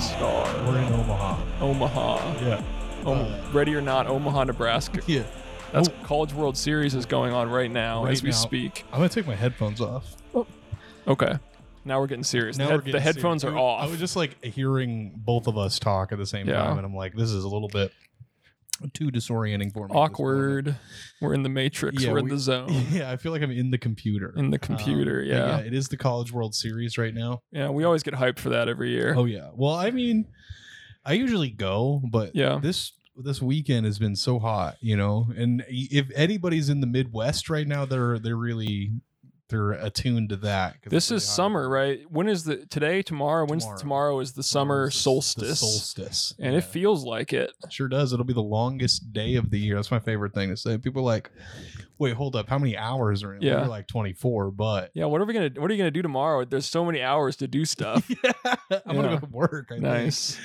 Star. We're in Omaha. Omaha. Yeah. Om- Uh, Ready or not, Omaha, Nebraska. yeah. That's Oh. College World Series is going on right now Right as we now. speak. I'm gonna take my headphones off. Okay. Now we're getting serious. the, head- the getting headphones serious. are off. I was just like hearing both of us talk at the same Yeah. time, and I'm like, this is a little bit too disorienting for me. at this moment. Awkward. We're in the matrix. Yeah, we're in we- the zone. Yeah, I feel like I'm in the computer. in the Um, computer. but yeah. yeah. It is the College World Series right now. We always get hyped for that every year. Oh yeah. Well, I mean, I usually go, but Yeah. this this weekend has been so hot, you know. And if anybody's in the Midwest right now, they're they're really they're attuned to that. 'cause This it's really is hot. summer, right? When is the today, tomorrow? When's Tomorrow. tomorrow is the summer It's the- solstice. The solstice. And it Yeah. feels like it. Sure does. It'll be the longest day of the year. That's my favorite thing to say. People are like, wait, hold up. How many hours are in? Yeah. We're like 24, but Yeah, what are we gonna what are you gonna do tomorrow? There's so many hours to do stuff. I'm going Yeah. to go to work. I think. nice.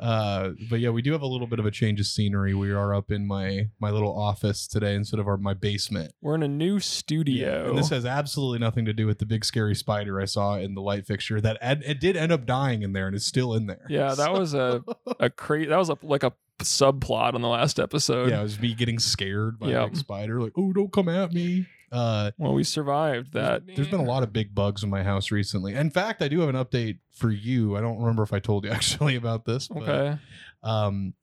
Uh, but yeah, we do have a little bit of a change of scenery. We are up in my my little office today instead of our my basement. We're in a new studio. And this has absolutely nothing to do with the big scary spider I saw in the light fixture that ad- it did end up dying in there and it's still in there. yeah, that was a a cra- that was a, like a subplot on the last episode. yeah, it was me getting scared by Yeah. a big spider, like, oh, don't come at me. Uh, Well, we survived that. There's been a lot of big bugs in my house recently. In fact, I do have an update for you. I don't remember if I told you actually about this. But, uh, Okay. Um,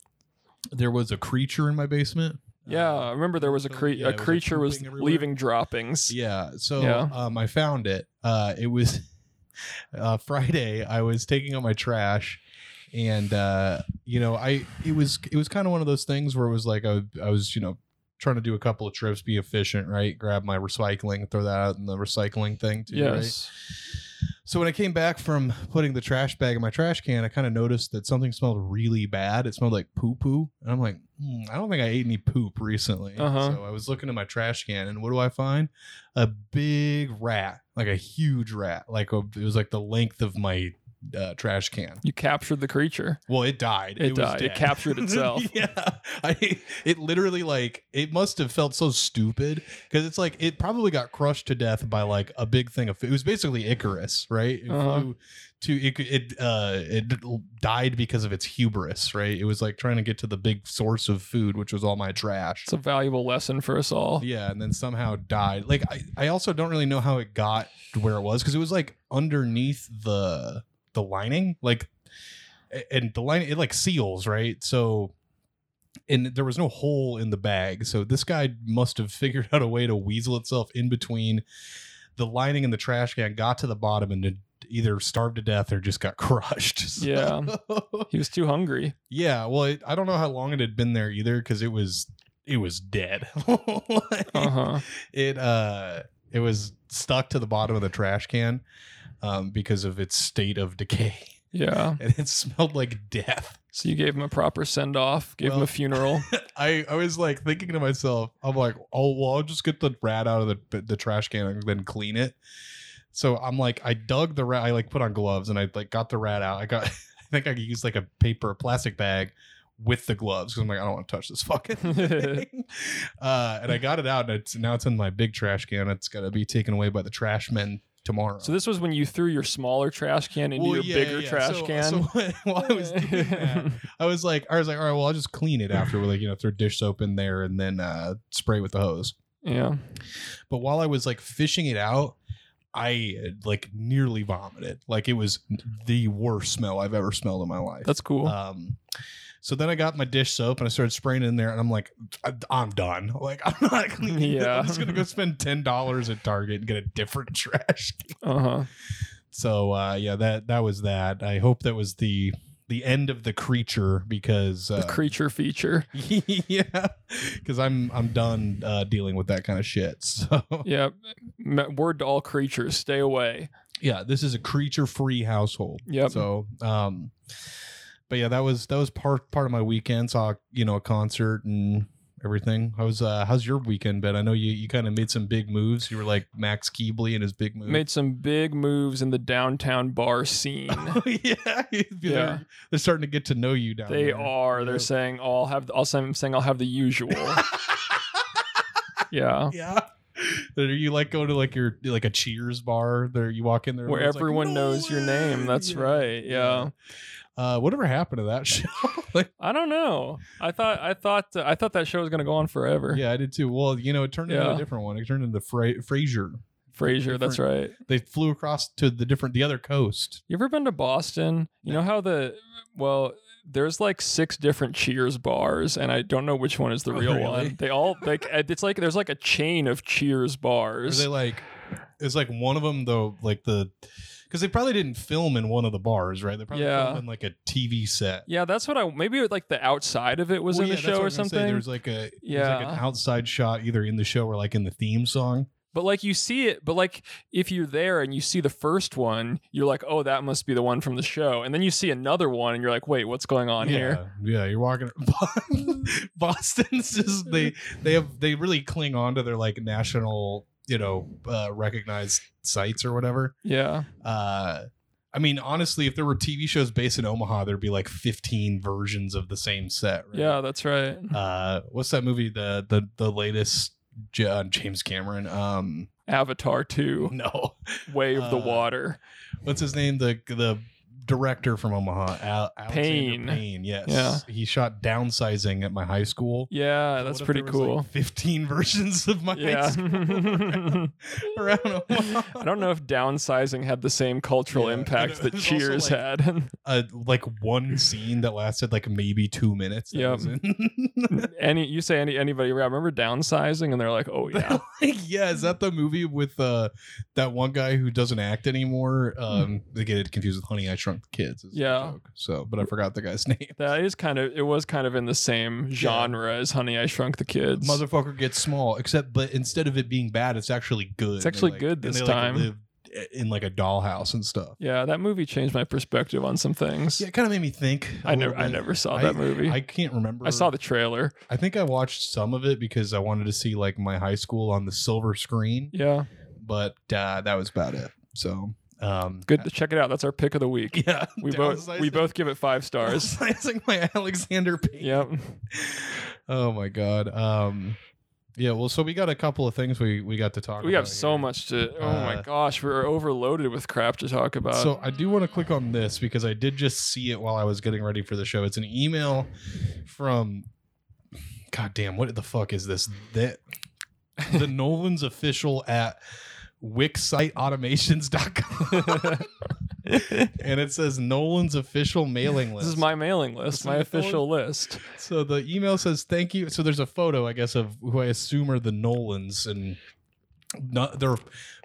there was a creature in my basement. Yeah, Uh, I remember there was a so- cre- yeah, a it was, like, creature was pooping everywhere. leaving droppings. yeah. So Yeah. um, I found it. Uh, it was uh, Friday. I was taking out my trash, and uh, you know, I it was it was kind of one of those things where it was like I, I was you know trying to do a couple of trips, be efficient, right? Grab my recycling, throw that out in the recycling thing too. Right? yes. So when I came back from putting the trash bag in my trash can, I kind of noticed that something smelled really bad. It smelled like poo poo, and I'm like, hmm, I don't think I ate any poop recently. Uh-huh. So I was looking in my trash can, and what do I find? A big rat, like a huge rat, like a, it was like the length of my uh, trash can. You captured the creature. Well, it died. It was died. It dead. captured itself. yeah, I, it literally like it must have felt so stupid because it's like it probably got crushed to death by like a big thing of food. It was basically Icarus, right? It Uh-huh. flew to it, could- it uh it died because of its hubris, right? It was like trying to get to the big source of food, which was all my trash. It's a valuable lesson for us all. Yeah, and then somehow died. Like I, I also don't really know how it got to where it was because it was like underneath the the lining, like a- and the line it like seals, right? So and there was no hole in the bag. So this guy must have figured out a way to weasel itself in between the lining and the trash can, got to the bottom and it either starved to death or just got crushed. So- Yeah. He was too hungry. yeah, well, it, I don't know how long it had been there either because it was it was dead. Like, Uh huh. It uh, it was stuck to the bottom of the trash can um, because of its state of decay, Yeah. and it smelled like death. So you gave him a proper send off, gave him Well- a funeral. I I was like thinking to myself, I'm like, oh well, I'll just get the rat out of the the trash can and then clean it. So I'm like, I dug the rat. I like put on gloves and I like got the rat out. I got, I think I used like a paper plastic bag with the gloves because I'm like, I don't want to touch this fucking thing. uh, and I got it out and it's now it's in my big trash can. It's gonna be taken away by the trash men tomorrow. So this was when you threw your smaller trash can into Well, your yeah, bigger yeah. trash So- can. So while I was doing that, I was like, I was like, all right, well, I'll just clean it after we like, you know, throw dish soap in there and then uh, spray with the hose. yeah. But while I was like fishing it out, I uh, like nearly vomited. Like it was the worst smell I've ever smelled in my life. That's cool. Um, so then I got my dish soap and I started spraying it in there, and I'm like, I- I'm done. Like I'm not cleaning. Yeah. Yeah. I'm just gonna go spend ten dollars at Target and get a different trash. can. Uh huh. So uh, yeah, that that was that. I hope that was the the end of the creature because uh, The creature feature. yeah, because I'm I'm done uh, dealing with that kind of shit. So Yeah. M- Word to all creatures: stay away. yeah, this is a creature-free household. Yep. So, um, but yeah, that was that was part part of my weekend. Saw you know a concert and everything. How's uh how's your weekend been? I know you you kind of made some big moves. You were like Max Keebley and his big move. Made some big moves in the downtown bar scene. Oh, yeah, Yeah. They're, they're starting to get to know you down they there. are. They're Yeah. saying, "I'll have." The, I'll say- I'm saying, "I'll have the usual." yeah. Yeah. Are you like going to like your like a Cheers bar? There you walk in there Where everyone's like, everyone "No knows your way!" name. That's Yeah. right. Yeah. Uh, whatever happened to that show? like, I don't know. I thought I thought I thought that show was gonna go on forever. yeah, I did too. Well, you know, it turned into Yeah. a different one. It turned into Fra- Frasier. Frasier, that's right. They flew across to the different, the other coast. You ever been to Boston? You know how the well, there's like six different Cheers bars, and I don't know which one is the Oh, real really? one. They all like it's like there's like a chain of Cheers Or bars. they like, it's like one of them though, like the, because they probably didn't film in one of the bars, right? They probably Yeah. filmed in like a TV set. yeah, that's what I maybe like the outside of it was Well, in yeah, the that's show or what I'm gonna say. something. There's like a there's like an Yeah. outside shot either in the show or like in the theme song. But like you see it, but like if you're there and you see the first one, you're like, oh, that must be the one from the show. And then you see another one and you're like, wait, what's going on yeah, here? yeah, you're walking. Boston's just they they have they really cling on to their like national you know uh, recognized sites or whatever. Yeah. Uh, I mean, honestly, if there were TV shows based in Omaha, there'd be like 15 versions of the same set. Right? Yeah, that's right. Uh, what's that movie? The the the latest J- uh, James Cameron. Um, Avatar 2, no. Way of the Uh, Water. what's his name the the director from Omaha Al- Alexander Payne. Payne yes Yeah. he shot downsizing at my high school Yeah, Uh, that's What if pretty there was, like, cool. 15 versions of my high yeah. school around, around Omaha. I don't know if downsizing had the same cultural Yeah, and impact it that was also, Cheers like- had. uh, like one scene that lasted like maybe two minutes that Yep. was in- any you say any anybody yeah, remember downsizing and they're like, oh yeah. like, yeah is that the movie with uh that one guy who doesn't act anymore um they get it confused with honey i shrunk the kids is the Hmm. Yeah. joke. so but i forgot the guy's name That is kind of it was kind of in the same genre as Honey I Shrunk the Kids. motherfucker gets small except but instead of it being bad it's actually good It's actually And good this and time. live eh, in like a dollhouse and stuff Yeah, that movie changed my perspective on some things. yeah it kind of made me think a I never little I bit. never saw I- that movie. i I, can't remember saw the trailer. i think i watched some of it because i wanted to see like my high school on the silver screen Yeah. but uh that was about it so um Good to check it out. That's our pick of the week. yeah We both we downsizing- both give it five stars. downsizing my alexander Payne. yep. oh my god um yeah well so we got a couple of things we we got to talk We about have so here. much to oh Uh, my gosh, we're overloaded with crap to talk about. So I do want to click on this because I did just see it while I was getting ready for the show. It's an email from God damn, what the fuck is this? That the Nolan's official at wixsiteautomations.com. and it says Nolan's official mailing list. this is my mailing list, This my is the official list. so the email says thank you. So there's a photo, I guess, of who I assume are the Nolans and not, they're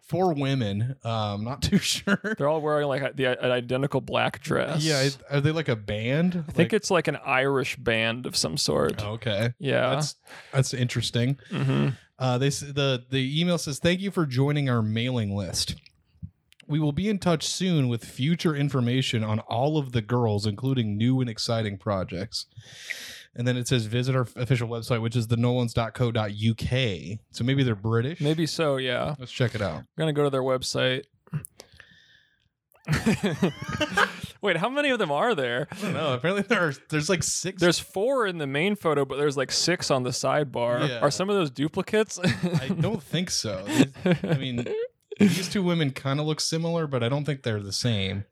four women. Um, not too sure. They're all wearing like the, an identical black dress. Yeah, it- are they like a band? I think it's like an Irish band of some sort. okay. yeah. Oh, That's that's interesting. hmm Uh, they s- the the email says thank you for joining our mailing list. We will be in touch soon with future information on all of the girls, including new and exciting projects. And then it says visit our official website, which is the nolans.co.uk. So maybe they're British. Maybe so, yeah. Let's check it out. We're gonna go to their website. Wait, how many of them are there? I don't know. Apparently there are there's like six. There's four in the main photo, but there's like six on the sidebar. Yeah. Are some of those duplicates? I don't think so. These- I mean, these two women kind of look similar, but I don't think they're the same.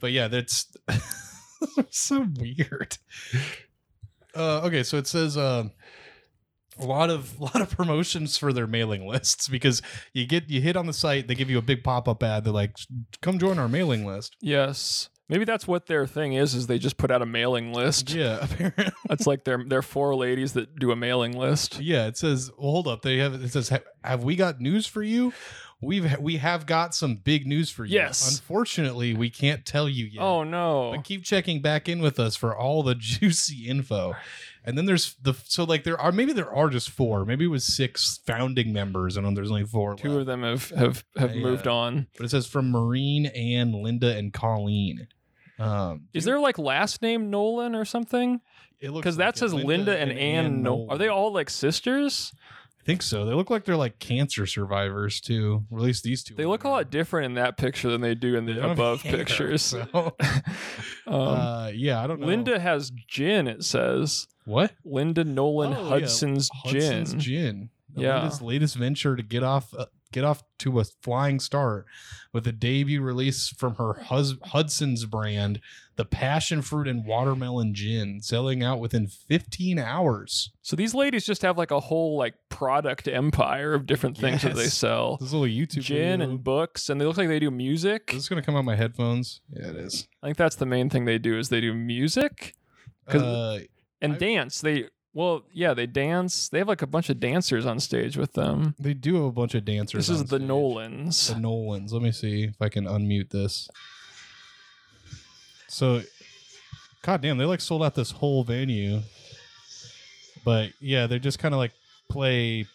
But yeah, that's so weird. Uh, okay, so it says uh, a lot of a lot of promotions for their mailing lists because you get you hit on the site, they give you a big pop up ad. They're like, "Come join our mailing list." yes. Maybe that's what their thing is. Is they just put out a mailing list. Yeah, apparently. That's like their their four ladies that do a mailing list. Yeah, it says. Well, hold up. They have it says. "Ha- Have we got news for you? We've we have got some big news for you. Yes. Unfortunately, we can't tell you yet. Oh no. But keep checking back in with us for all the juicy info. And then there's the so like there are maybe there are just four. Maybe it was six founding members, and then there's only four. Two left. of them have have have Yeah. moved on. But it says from Marine and Linda and Colleen. Um, Is there like last name Nolan or something? it looks Because like that it. says Linda, and, Ann. No- Nolan. are they all like sisters? I think so. They look like they're like cancer survivors too. Or at least these two. They look a lot different in that picture than they Uh, do in They the don't above have hair, pictures. so- Um, uh, yeah, I don't know. Linda has gin. It says what? Linda Nolan Oh, yeah. Hudson's gin. Hudson's Gin. Yeah. Linda's latest venture to get off uh, get off to a flying start with a debut release from her hus- Hudson's brand, the passion fruit and watermelon gin, selling out within 15 hours. So these ladies just have like a whole like product empire of different things that they Yes. sell. This little YouTube Gin video. and books, and they look like they do music. Is this gonna come out my headphones? Yeah, it is. I think that's the main thing they do is they do music 'Cause- Uh, and I- dance. They well, yeah, they dance. They have like a bunch of dancers on stage with them. they do have a bunch of dancers. This is on the stage. Nolans. The Nolans. Let me see if I can unmute this. So, goddamn, they like sold out this whole venue. But yeah, they just kind of like play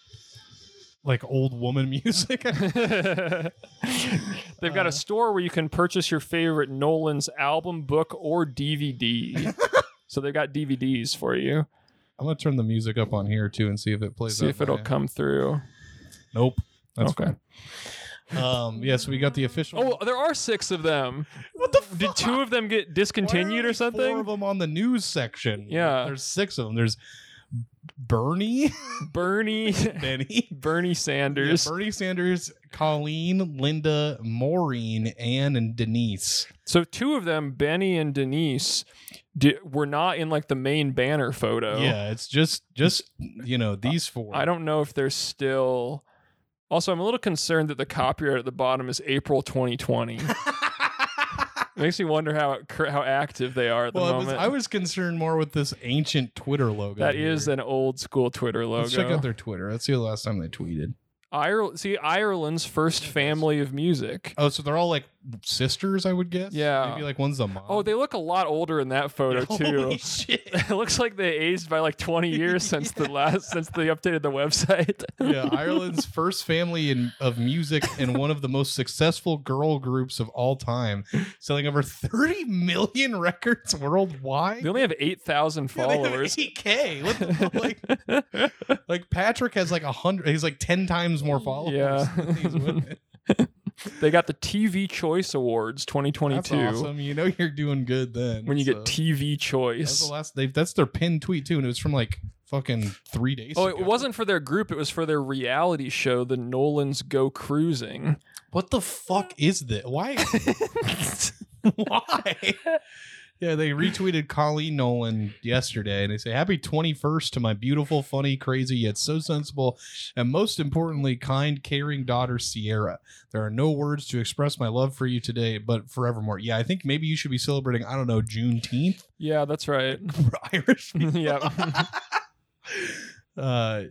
like old woman music. They've got Uh, a store where you can purchase your favorite Nolan's album, book, or DVD. so they've got DVDs for you. I'm gonna turn the music up on here too and see if it plays. See out if it'll my- come through. Nope. That's Okay. fine. Um. Yeah. So we got the official. Oh, there are six of them. what the? Did two of them get Why are discontinued there or Four something? of them on the news section. Yeah. there's six of them. There's Bernie, Bernie, Benny, Bernie Sanders. Yeah, Bernie Sanders, Colleen, Linda, Maureen, Anne, and Denise. So two of them, Benny and Denise, di were not in like the main banner photo. Yeah, it's just just you know these four. Oh. I don't know if they're still. Also, I'm a little concerned that the copyright at the bottom is April 2020. Makes me wonder how cur- how active they are at the well, I was, moment. I was concerned more with this ancient Twitter logo. that is here. an old school Twitter logo. Let's check out their Twitter. Let's see the last time they tweeted. Ire- see Ireland's first family of music. Oh, so they're all like sisters, I would guess. Yeah. maybe like one's a mom. Oh, they look a lot older in that photo too. Holy shit. it looks like they aged by like 20 years since the last since they updated the website. yeah, Ireland's first family in, of music and one of the most successful girl groups of all time, selling over 30 million records worldwide. They only have 8,000 Yeah, they have followers. 8K. What the fuck? Like, like Patrick has like a hundred. He's like ten times more followers. Yeah. than these women. they got the TV Choice Awards 2022. that's awesome. You know you're doing good then. When you so. get TV that's Choice. the last. They, that's their pinned tweet too, and it was from like fucking three days. Oh, it ago. wasn't for their group. It was for their reality show, The Nolans Go Cruising. What the fuck is this? Why? Why? Yeah, they retweeted Colleen Nolan yesterday and they say, Happy 21st to my beautiful, funny, crazy, yet so sensible, and most importantly, kind, caring daughter, Sierra. There are no words to express my love for you today, but forevermore. Yeah, I think maybe you should be celebrating, I don't know, Juneteenth yeah, that's right. for Irish people. yeah. Uh,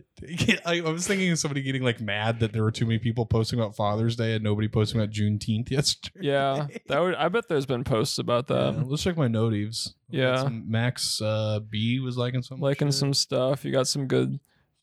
I, I was thinking of somebody getting like mad that there were too many people posting about Father's Day and nobody posting about Juneteenth yesterday. Yeah. That would I bet there's been posts about that. Yeah, let's check my notives. We got um, Yeah. some Max uh, B was liking some Liking shit. some stuff. You got some good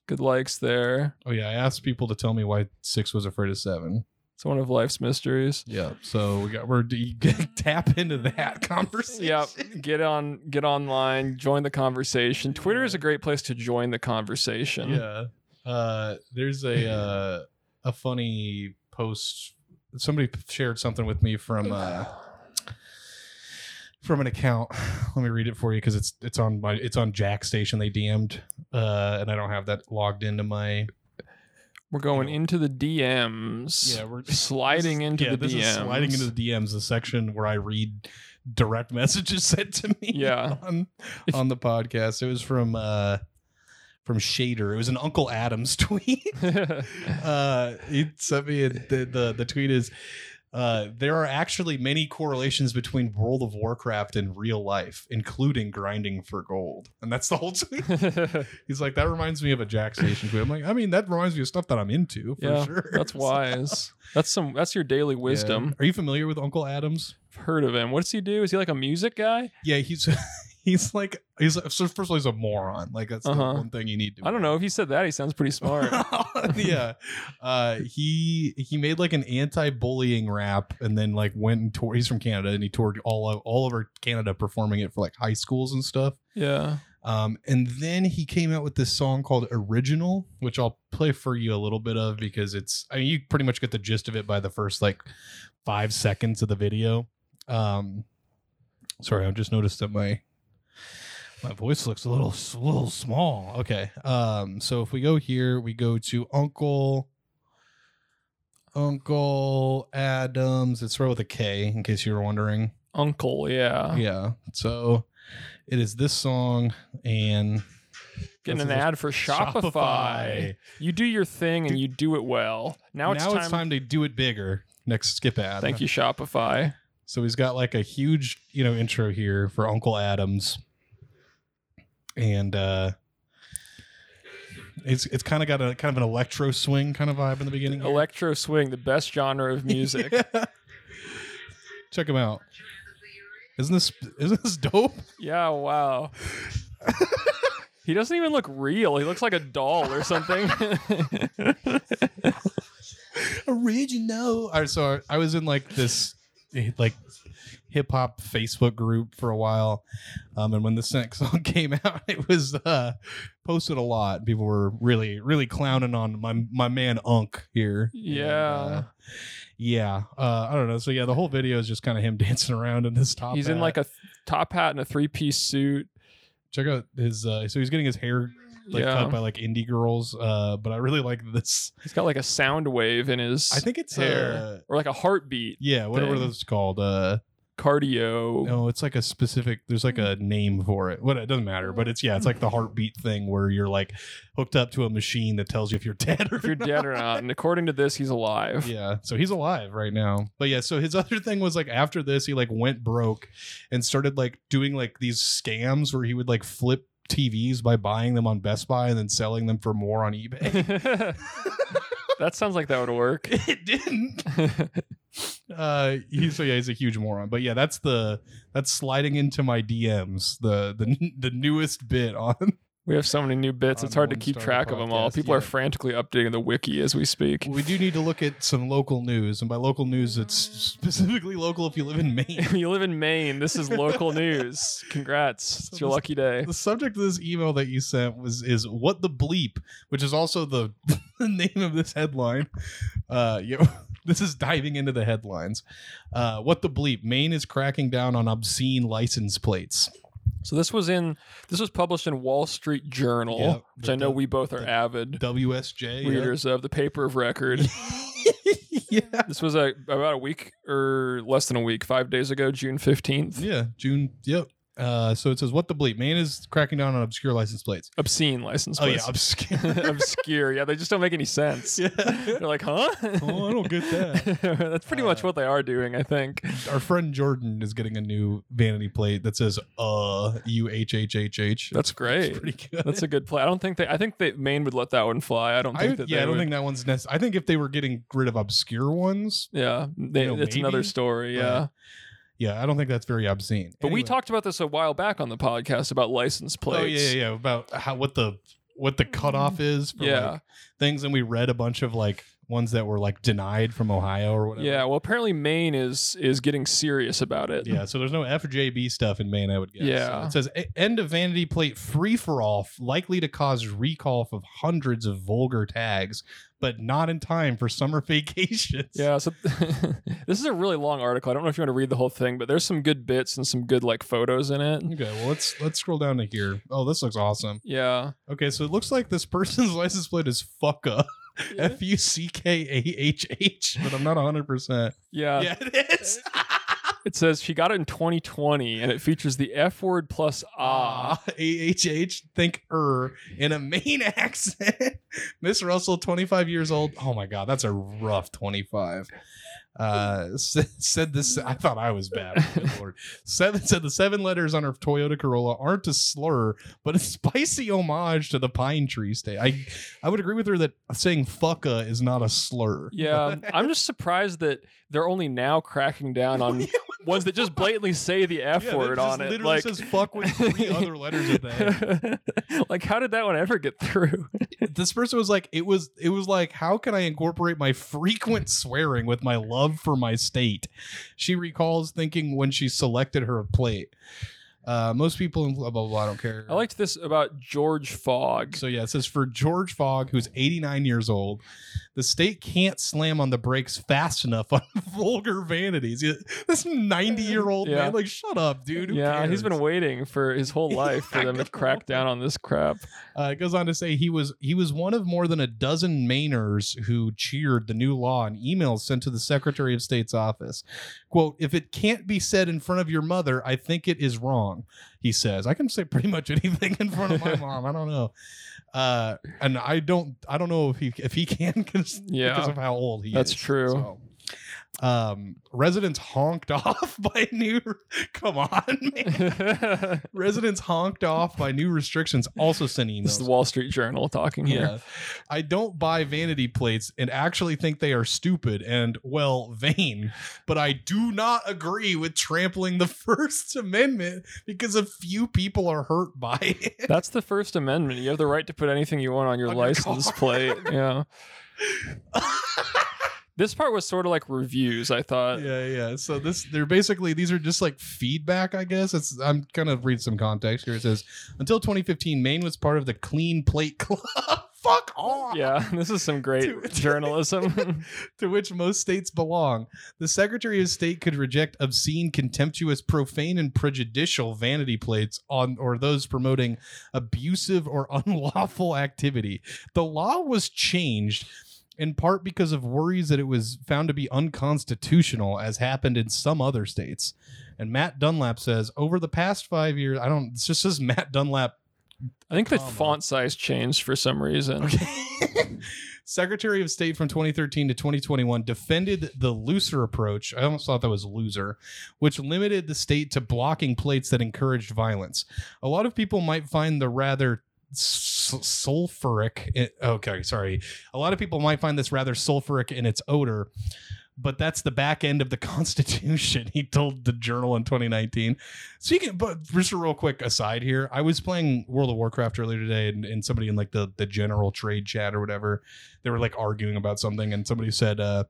good likes there. Oh yeah, I asked people to tell me why six was afraid of seven. It's one of life's mysteries. Yeah, so we got we're you can tap into that conversation. Yep. Get on get online, join the conversation. Twitter is a great place to join the conversation. Yeah. Uh, there's a uh, a funny post. Somebody shared something with me from uh, from an account. Let me read it for you because it's it's on my it's on Jack Station. They DM'd uh, and I don't have that logged into my We're going Yeah. into the DMs. Yeah, we're- sliding This is- into yeah, the this DMs. Is sliding into the DMs, the section where I read direct messages sent to me. Yeah. on, on the podcast, it was from uh, from Shader. It was an Uncle Adam's tweet. uh, he sent me a, the, the the tweet is. Uh, there are actually many correlations between World of Warcraft and real life, including grinding for gold. And that's the whole tweet. He's like, that reminds me of a Jack Station tweet. I'm like, I mean, that reminds me of stuff that I'm into for Yeah, sure. that's So- wise. That's some that's your daily wisdom. yeah. Are you familiar with Uncle Adams? I've heard of him. What does he do? Is he like a music guy? Yeah, he's he's like he's so first of all he's a moron. Like that's Uh-huh. the one thing you need to. I don't know. If he said that, he sounds pretty smart. yeah, uh, he he made like an anti-bullying rap, and then like went and toured. He's from Canada, and he toured all of, all over Canada performing it for like high schools and stuff. yeah. Um, and then he came out with this song called Original, which I'll play for you a little bit of because it's, I mean, you pretty much get the gist of it by the first like five seconds of the video. Um, sorry, I just noticed that my. My voice looks a little a little small. Okay. Um so if we go here, we go to Uncle Uncle Adams. It's right with a K, in case you were wondering. Uncle, yeah. Yeah. So it is this song and Getting an this is ad for Shopify. You do your thing and Dude. you do it well. Now it's time. to do it bigger. Next skip ad. Thank you, Shopify. So he's got like a huge, you know, intro here for Uncle Adams. And uh it's it's kind of got a kind of an electro swing kind of vibe in the beginning. here. Electro swing, the best genre of music. Yeah. Check him out. Isn't this isn't this dope? yeah, wow. he doesn't even look real. He looks like a doll or something. Original. I so I was in like this eh, like hip hop Facebook group for a while, um, and when this next song came out, it was uh, posted a lot. People were really really clowning on my my man Unk here. And, Yeah. uh, yeah. Uh, I don't know. So yeah, the whole video is just kind of him dancing around in this top. He's in hat. like a th- top hat and a three piece suit. check out his. Uh, so he's getting his hair like yeah. cut by like indie girls. Uh, but I really like this. He's got like a sound wave in his I think it's hair uh, or like a heartbeat, yeah, whatever thing. that's called. Uh, cardio. no, it's like a specific. There's like a name for it. What it doesn't matter, but it's yeah, it's like the heartbeat thing where you're like hooked up to a machine that tells you if you're dead or If you're not. dead or not. And according to this, he's alive. Yeah, so he's alive right now. But yeah, so his other thing was like after this, he like went broke and started like doing like these scams where he would like flip TVs by buying them on Best Buy and then selling them for more on eBay. that sounds like that would work. it didn't. Uh, he, so yeah, he's a huge moron. But yeah, that's the that's sliding into my DMs. The the the newest bit on. we have so many new bits; On it's hard to One keep Star track of them all. Podcast, People are yeah. frantically updating the wiki as we speak. We do need to look at some local news, and by local news, it's specifically local if you live in Maine. you live in Maine. This is local news. Congrats! It's your lucky day. The subject of this email that you sent was is what the bleep, which is also the, the name of this headline. Uh, yo, this is diving into the headlines. Uh, what the bleep? Maine is cracking down on obscene license plates. So this was in this was published in Wall Street Journal, Yeah, which the I know dub- we both are the avid WSJ. yeah. readers of the paper of record. yeah. this was a, about a week or less than a week, five days ago, June fifteenth. Yeah. June. Yep. Uh, so it says, "What the bleep? Maine is cracking down on obscure license plates." Obscene license Oh yeah, plates. obscure. obscure. Yeah, they just don't make any sense. yeah. They're like, huh? Oh, I don't get that. That's pretty much Uh, what they are doing, I think. Our friend Jordan is getting a new vanity plate that says "uh u h h h h." That's great. pretty good. That's a good play. I don't think they. I think that Maine would let that one fly. I don't I, think would- that. yeah, they I don't would- think that one's necessary. I think if they were getting rid of obscure ones, Yeah, they, know, it's another maybe, story. but- Yeah, yeah, I don't think that's very obscene. but we Anyway. talked about this a while back on the podcast about license plates. Oh yeah, yeah, yeah, about how what the what the cutoff is for Yeah. like, things, and we read a bunch of like ones that were like denied from Ohio or whatever. Yeah, Well, apparently Maine is is getting serious about it. Yeah, so there's no FJB stuff in Maine, I would guess. So Yeah. it says "E- end of vanity plate free for all, f- likely to cause recall of hundreds of vulgar tags, but not in time for summer vacations. Yeah, so this is a really long article. I don't know if you want to read the whole thing, but there's some good bits and some good like photos in it. Okay, well let's let's scroll down to here. Oh, this looks awesome. Yeah. Okay, so it looks like this person's license plate is fucka. F U C K A H H, but I'm not 100%. Yeah. yeah, it is. It says she got it in 2020 and it features the F word plus ah. Ah, A H H, think er, in a Maine accent. Miss Russell, 25 years old. Oh my God, that's a rough 25. Uh, s- said this. I thought I was bad. Good Lord. Seven said the seven letters on her Toyota Corolla aren't a slur, but a spicy homage to the pine tree state. I, I would agree with her that saying fucka is not a slur. Yeah. um, I'm just surprised that they're only now cracking down on ones that just blatantly say the F Yeah, that word just on it. Literally Like, says fuck with three other letters at the end. like, how did that one ever get through? this person was like it was it was like how can i incorporate my frequent swearing with my love for my state she recalls thinking when she selected her plate Uh, most people in blah blah blah. I don't care. I liked this about George Fogg. So yeah, it says for George Fogg, who's 89 years old, the state can't slam on the brakes fast enough on vulgar vanities. Yeah, This 90 year old Yeah. man, like, shut up, dude. Who yeah, he's cares? been waiting for his whole life for them to crack down on this crap. Uh, it goes on to say he was he was one of more than a dozen Mainers who cheered the new law in emails sent to the Secretary of State's office. "Quote: If it can't be said in front of your mother, I think it is wrong." He says, "I can say pretty much anything in front of my mom. I don't know, uh, and I don't I don't know if he if he can because because Yeah, of how old he that's is." true. So, Um, residents honked off by new. Come on, man. this residents honked off by new restrictions. Also sent emails. is the Wall Street Journal talking here. Yeah. I don't buy vanity plates and actually think they are stupid and, well, vain, but I do not agree with trampling the First Amendment because a few people are hurt by it. That's the First Amendment. You have the right to put anything you want on your On your license car. plate. Yeah. This part was sort of like reviews, I thought. yeah, yeah. So this they're basically these are just like feedback, I guess. It's I'm kind of read some context here. It says until 2015, Maine was part of the Clean Plate Club. Fuck off. Yeah, this is some Dude. great journalism. to which most states belong. The Secretary of State could reject obscene, contemptuous, profane, and prejudicial vanity plates on or those promoting abusive or unlawful activity. The law was changed in part because of worries that it was found to be unconstitutional, as happened in some other states. And Matt Dunlap says, over the past five years, I don't. It's just says Matt Dunlap I think the Comma. font size changed for some reason. Okay. Secretary of State from 2013 to 2021 defended the looser approach. I almost thought that was loser, which limited the state to blocking plates that encouraged violence. A lot of people might find the rather s- sulfuric. i- okay, sorry. A lot of people might find this rather sulfuric in its odor. But that's the back end of the Constitution, he told the Journal in 2019. Speaking, but just a real quick aside here, I was playing World of Warcraft earlier today, and, and somebody in like the the general trade chat or whatever, they were like arguing about something, and somebody said, uh,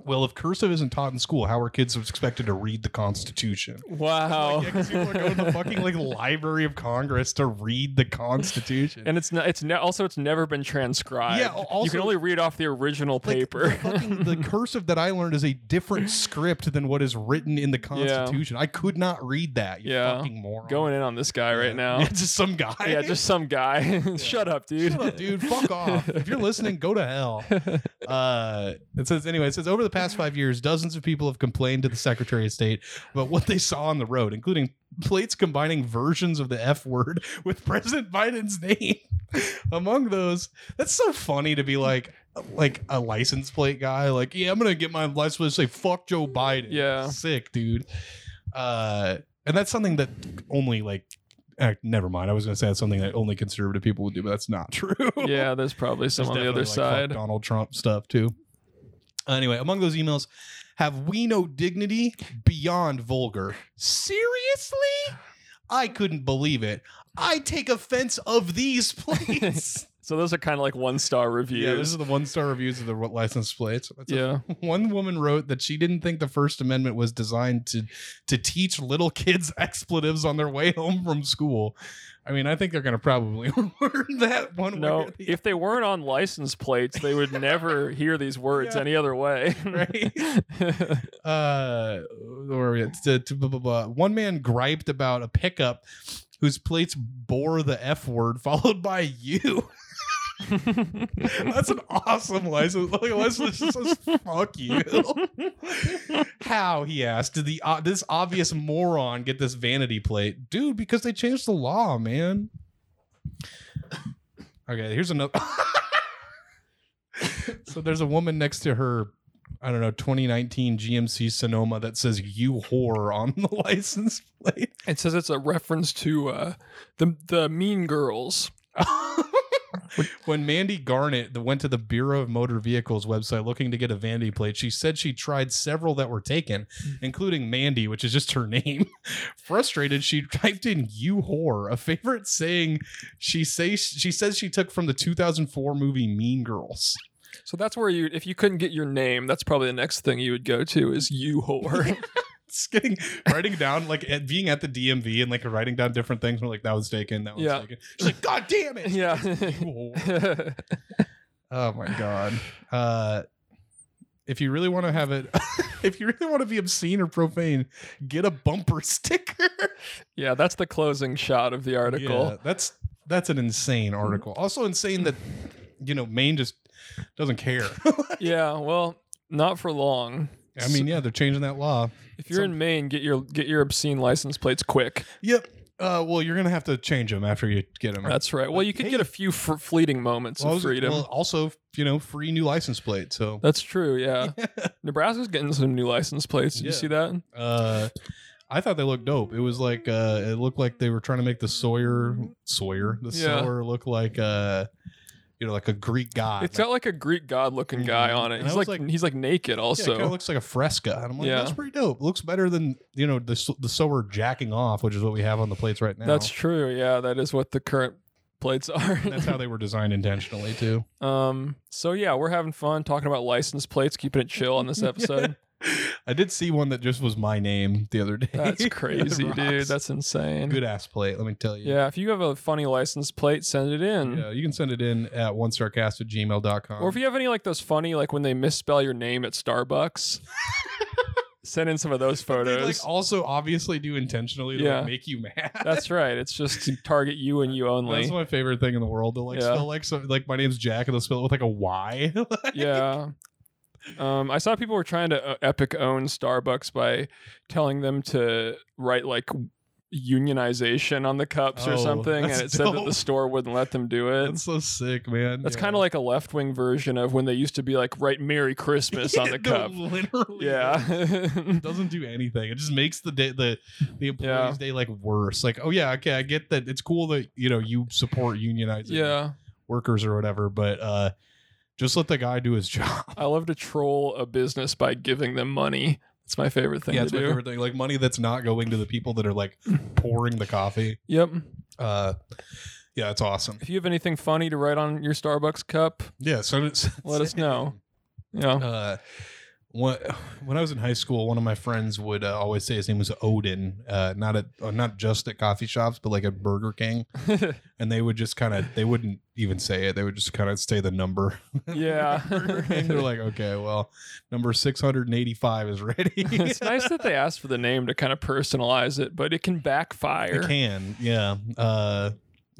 "Well, if cursive isn't taught in school, how are kids expected to read the Constitution?" Wow. Like, yeah, 'cause people are going to the fucking like Library of Congress to read the Constitution. and it's not, it's ne- also it's never been transcribed. Yeah, al- also- you can only read off the original Like, paper. the, fucking, the cursive that I learned is a different script than what is written in the Constitution. I could not read that. You Yeah. fucking moron. Going in on this guy right now. Yeah, just some guy. Yeah, just some guy. Shut up, dude. Shut up, dude. Fuck off. If you're listening, go to hell. Uh, it says anyway. It says over the past five years, dozens of people have complained to the Secretary of State about what they saw on the road, including plates combining versions of the F word with President Biden's name. Among those, that's so funny to be like, like a license plate guy. Like, yeah, I'm gonna get my license plate to say "fuck Joe Biden." Yeah. sick dude. Uh, and that's something that only like. Uh, never mind. I was going to say that's something that only conservative people would do, but that's not true. yeah, there's probably some There's on the other definitely, like, fuck side. Donald Trump stuff too. Anyway, among those emails, have we no dignity beyond vulgar? Seriously? I couldn't believe it. I take offense of these plates. So those are kind of like one star reviews. yeah, this is the one star reviews of the license plates. That's a- Yeah. One woman wrote that she didn't think the First Amendment was designed to to teach little kids expletives on their way home from school. I mean, I think they're going to probably learn that one way. No, or the if they weren't on license plates, they would never hear these words Yeah. any other way. Right. uh where are we at? To- to blah, blah, blah. one man griped about a pickup whose plates bore the f word followed by you that's an awesome license like a license that just says fuck you how he asked did the uh, this obvious moron get this vanity plate dude because they changed the law man okay here's another so there's a woman next to her I don't know, 2019 GMC Sonoma that says "you whore" on the license plate. it says it's a reference to uh, the the Mean Girls. when Mandy Garnett went to the Bureau of Motor Vehicles website looking to get a vanity plate, she said she tried several that were taken, Mm. including Mandy, which is just her name. Frustrated, she typed in "you whore," a favorite saying she says she says she took from the 2004 movie Mean Girls. So that's where you, if you couldn't get your name, that's probably the next thing you would go to is you whore. it's getting writing down like at, being at the DMV and like writing down different things. We're like that was taken, that was Yeah. taken. She's like, God damn it! Yeah. You whore. oh my god. Uh, if you really want to have it, if you really want to be obscene or profane, get a bumper sticker. yeah, that's the closing shot of the Yeah, article. Hmm? that's that's an insane article. Also insane that you know Maine just doesn't care. Yeah, well, not for long. I mean, yeah, they're changing that law. If you're Some- in Maine, get your get your obscene license plates quick. Yep. Uh, well, you're gonna have to change them after you get them. That's right. Well, you could Hey. get a few f- fleeting moments Well, I of was- freedom. well, also, you know, free new license plate. So, That's true. Yeah. Nebraska's getting some new license plates. Did you Yeah. see that? uh, I thought they looked dope. It was like uh, it looked like they were trying to make the Sawyer Sawyer the Yeah. Sawyer look like uh, you know, like a Greek god. It's got like a Greek god looking guy Mhm. on it. Ah, And I He's was like, like- he's like naked also. kind of looks like a fresca, and I'm like, Yeah. that's pretty dope. Looks better than you know the s- the Sawyer jacking off, which is what we have on the plates right now. That's true. Yeah, that is what the current plates are. And that's how they were designed intentionally too. um so yeah, we're having fun talking about license plates, keeping it chill on this episode. I did see one that just was my name the other day. That's crazy, dude. Rocks. That's insane. good ass plate. Let me tell you. Yeah, if you have a funny license plate, send it in. Yeah, you can send it in at one sarcast at gmail.com. Or if you have any like those funny, like when they misspell your name at Starbucks, send in some of those they photos. like also obviously do intentionally to like, Yeah. make you mad. That's right. It's just to target you and you That's only. my favorite thing in the world. They'll like Yeah. spell like so like my name's Jack and they'll spell it with like a Y. Like, yeah. Um, I saw people were trying to uh, epic own Starbucks by telling them to write like unionization on the cups or Oh, something, and that's it said that the dope. store wouldn't let them do it. That's so sick, man. That's kind of like a left wing version of when they used to be like, write Merry Christmas on the cup. Literally. Yeah. It doesn't do anything. It just makes the day the the employee's Yeah. day like worse. Like, oh yeah, okay, I get that. It's cool that you know you support unionizing yeah. workers or whatever, but uh just let the guy do his job. I love to troll a business by giving them money. It's my favorite thing yeah, to it's my do. favorite thing. Like money that's not going to the people that are like pouring the coffee. Yep. Uh, yeah, it's awesome. If you have anything funny to write on your Starbucks cup, Yeah, so it's, let us know. Yeah. Uh, when, when I was in high school, one of my friends would uh, always say his name was Odin. Uh, not at uh, not just at coffee shops, but like at Burger King, and they would just kind of they wouldn't even say it. They would just kind of say the number. Yeah. Burger King. They're like, okay, well, number six hundred and eighty-five is ready. it's nice that they asked for the name to kind of personalize it, but it can backfire. It can, yeah. Uh,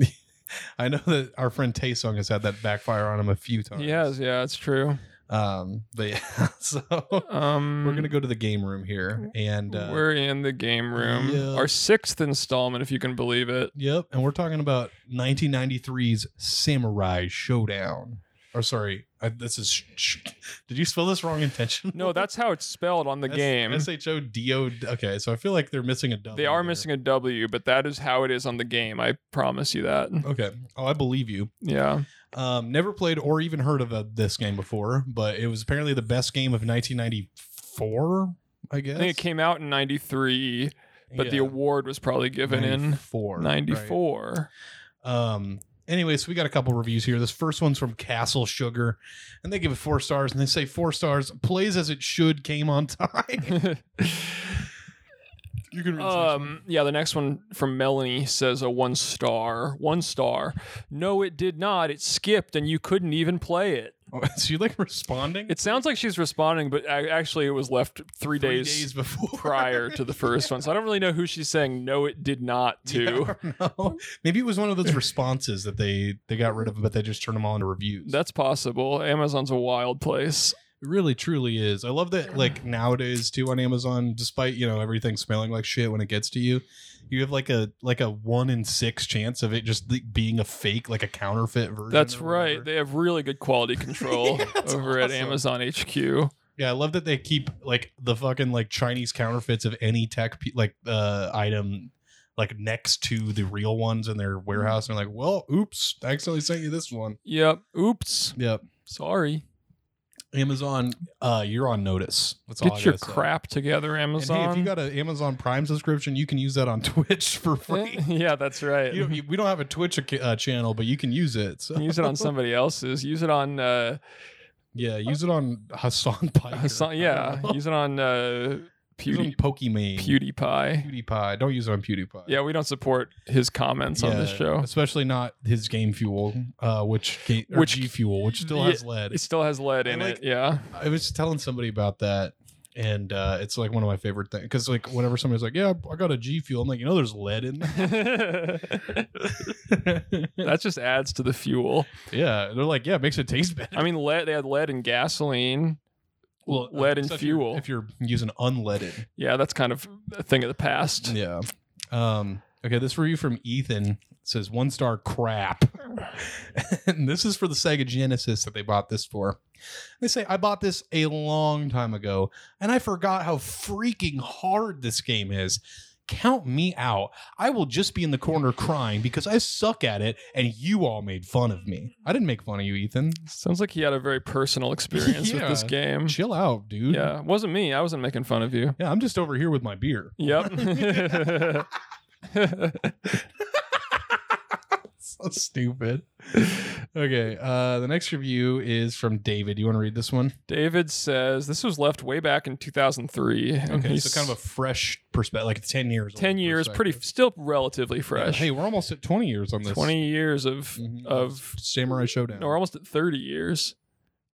I know that our friend Tay Sung has had that backfire on him a few times. He has, yeah, it's true. Um, but yeah, so Um, we're gonna go to the game room here, and uh, We're in the game room. Yeah. Our sixth installment, if you can believe it. yep, and we're talking about 1993's Samurai Showdown. Or sorry, I, this is. Sh- sh- did you spell this wrong intentionally? No, that's how it's spelled on the game. S H O D O. Okay, so I feel like they're missing a W. they are missing a W, but that is how it is on the game. I promise you that. Okay. Oh, I believe you. Yeah. Um, never played or even heard of uh, this game before, but it was apparently the best game of 1994. I guess. I think it came out in 93, but the Yeah, award was probably given in 94, right. 94. Um. Anyway, so we got a couple reviews here. This first one's from Castle Sugar, and they give it four stars, and they say four stars. Plays as it should. Came on time. you can read this next one. um, yeah, the next one from Melanie says a one star. One star. No, it did not. It skipped and you couldn't even play it. Oh, so you like responding? It sounds like she's responding, but a- actually it was left three, Three days, before prior to the first one. So I don't really know who she's saying no, it did not to. Yeah, I don't know. Maybe it was one of those responses that they they got rid of, but they just turned them all into reviews. That's possible. Amazon's a wild place. It really truly is. I love that like nowadays too on Amazon, despite you know everything smelling like shit when it gets to you, you have like a like a one in six chance of it just like, being a fake, like a counterfeit version. That's or right. whatever. They have really good quality control Yeah, that's over at awesome. Amazon HQ. yeah, I love that they keep like the fucking like Chinese counterfeits of any tech pe- like uh item like next to the real ones in their warehouse. And they're like, well, oops, I accidentally sent you this one. Yep. Oops. Yep. Sorry. Amazon, uh, you're on notice. That's all I Get your gotta say. crap together, And hey, Amazon. if you got an Amazon Prime subscription, you can use that on Twitch for free. Eh, yeah, that's right. you don't, you- we don't have a Twitch ac- uh, channel, but you can use it. So use it on somebody else's. Use it on uh, yeah, use it on Hassan Piker. Hassan. I Yeah, don't know. use it on uh, Use on Pewdie, Pokimane. PewDiePie. PewDiePie. Don't use it on PewDiePie. Yeah, we don't support his comments on this Yeah, show. especially not his game fuel, uh, which ga- or Which- G fuel, which still Yeah, has lead. It still has lead in I like- it. Yeah. I was telling somebody about that, and uh, it's like one of my favorite things because like whenever somebody's like, "Yeah, I got a G fuel," I'm like, "You know, there's lead in that." that just adds to the fuel. yeah, they're like, "Yeah, it makes it taste better." I mean, lead. They had lead in gasoline. Well, lead in except if you're- fuel. If you're using unleaded, Yeah, that's kind of a thing of the past. yeah. Um, okay, this review from Ethan says one star crap. and this is for the Sega Genesis that they bought this for. They say I bought this a long time ago, and I forgot how freaking hard this game is. Count me out. I will just be in the corner crying because I suck at it, and you all made fun of me. I didn't make fun of you, Ethan. Sounds like he had a very personal experience with this Yeah. game. Chill out, dude. Mm. Yeah, it wasn't me. I wasn't making fun of you. yeah. I'm just over here with my beer. Yep. so stupid. Okay, uh, the next review is from David. You want to read this one? David says this was left way back in 2003. and Okay, Oh, he's so kind of a fresh perspective, like ten years. old 10 years, pretty perspective. still relatively fresh. Hey, we're almost at twenty years on this. 20 years of Mhm. of Samurai Showdown. or almost at 30 years.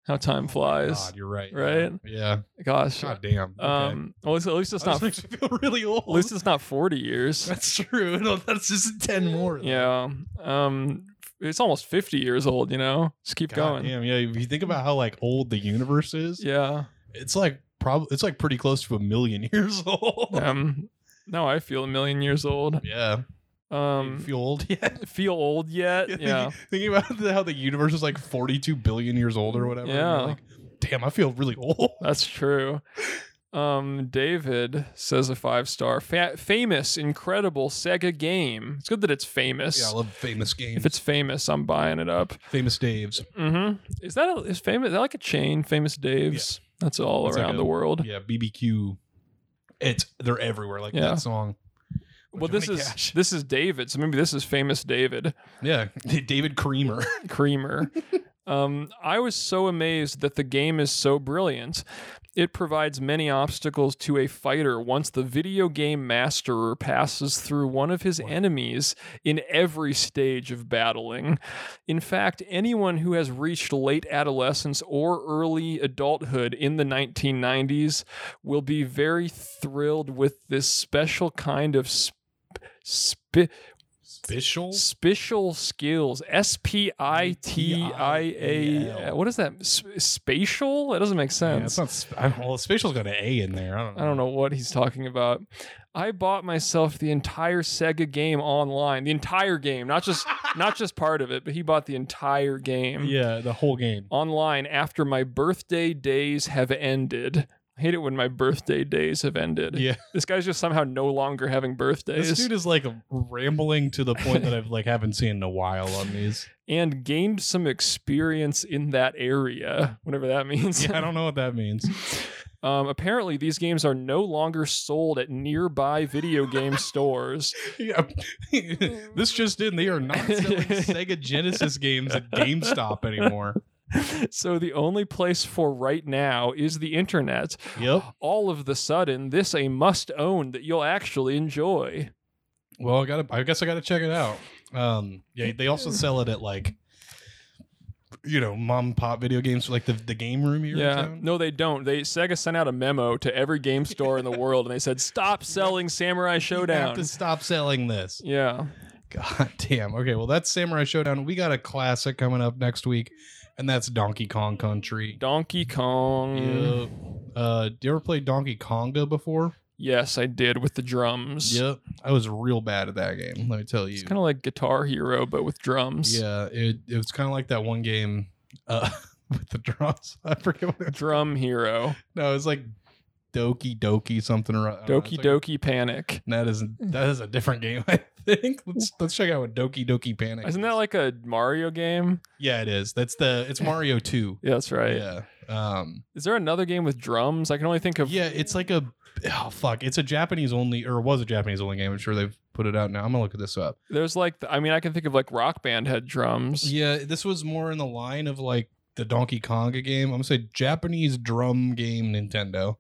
How time flies. God, you're right. Right? Yeah. Gosh. God damn. Okay. Um, well, at least, at least it's That not just makes me feel really old. at least it's not 40 years. that's true. No, that's just ten more. though. Yeah. Um, it's almost 50 years old. You know, just keep God going. damn. Yeah. If you think about how like old the universe is, Yeah. it's like probably it's like pretty close to a million years old. Um, now I feel a million years old. Yeah. Um, feel old yet? feel old yet? Yeah. Thinking, thinking about the- how the universe is like 42 billion years old or whatever. and you're Yeah. Like, damn, I feel really old. That's true. Um, David says a five star, fa- famous, incredible Sega game. It's good that it's famous. Yeah, I love famous games. if it's famous, I'm buying it up. famous Dave's. hmm Is that a, is famous? Is that like a chain? Famous Dave's. That's all It's like around a- the world. Yeah, BBQ. It's they're everywhere. Like Yeah. that song. well, this Johnny is Cash. this is David. So maybe this is famous David Yeah, David Creamer. Creamer. um, I was so amazed that the game is so brilliant. It provides many obstacles to a fighter once the video game masterer passes through one of his Wow. enemies in every stage of battling. In fact, anyone who has reached late adolescence or early adulthood in the 1990s will be very thrilled with this special kind of sp- sp- Special. Spatial skills. S P I T I A. L. What is that? S- spatial? That doesn't make Yeah, sense. it's not. Sp- I don't, well, spatial's got an A in there. I don't. Know. I don't know what he's talking about. I bought myself the entire Sega game online. The entire game, not just not just part of it, but he bought the entire game Yeah, the whole game. online after my birthday days have ended. I hate it when my birthday days have ended. Yeah, This guy's just somehow no longer having birthdays. this dude is like rambling to the point that I've like haven't seen in a while on these. and gained some experience in that area, whatever that means. Yeah, I don't know what that means. Um, apparently, these games are no longer sold at nearby video game stores. Yeah. this just in, they are not selling Sega Genesis games at GameStop anymore. So the only place for right now is the internet. Yep. All of the sudden, this a must own that you'll actually enjoy. Well, I gotta I guess I gotta check it out. Um yeah, they also sell it at like you know, mom and pop video games for like the, the game room here in Yeah. town. No, they don't. They Sega sent out a memo to every game store in the world and they said, Stop selling Samurai You have Showdown. to stop selling this. Yeah. God damn. Okay, well that's Samurai Showdown. We got a classic coming up next week, and that's Donkey Kong Country. Donkey Kong. Yep. Uh, do you ever play Donkey Konga before? Yes, I did with the drums. Yep. I was real bad at that game, let me tell you. It's kind of like Guitar Hero, but with drums. Yeah, it, it was kind of like that one game uh, with the drums. I forget what it Drum Hero. No, it's like Doki Doki something or other. I don't know, Doki Hmm. it's like- Doki Panic. That isn't that is a different game, I think. Let's let's check out what Doki Doki Panic. Isn't is. that like a Mario game? Yeah, it is. That's the it's Mario Two. Yeah, that's right. Yeah. Um. Is there another game with drums? I can only think of. Yeah, it's like a oh fuck. It's a Japanese only or was a Japanese only game. I'm sure they've put it out now. I'm gonna look this up. There's like, the, I mean, I can think of like Rock Band had drums. Yeah, this was more in the line of like the Donkey Konga game. I'm gonna say Japanese drum game Nintendo.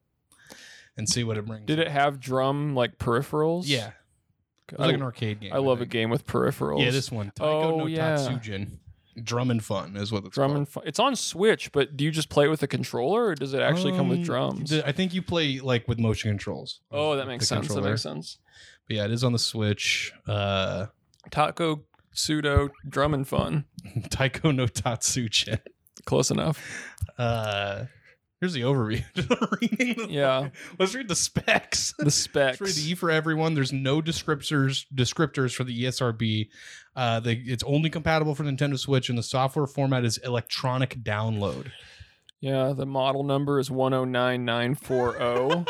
and see what it brings. Did it have drum like peripherals? Yeah, it was I, like an arcade game. I love a think. game with peripherals. Yeah, this one. Taiko Oh, no yeah. Tatsujin. Drum and fun is what it's drum called. and fu- it's on Switch, but do you just play it with a controller or does it actually come with Um, drums? th- I think you play like with motion controls. oh, that The makes sense. That controller. makes sense. But yeah, it is on the Switch. Uh, Taco pseudo drum and fun. Taiko no Tatsujin. Close enough. Uh, here's the overview. Reading the- Yeah. Let's read the specs. The Let's read specs. the E for everyone. There's no descriptors descriptors for the E ESRB. Uh, they, it's only compatible for Nintendo Switch, and the software format is electronic download. yeah, the model number is 109940.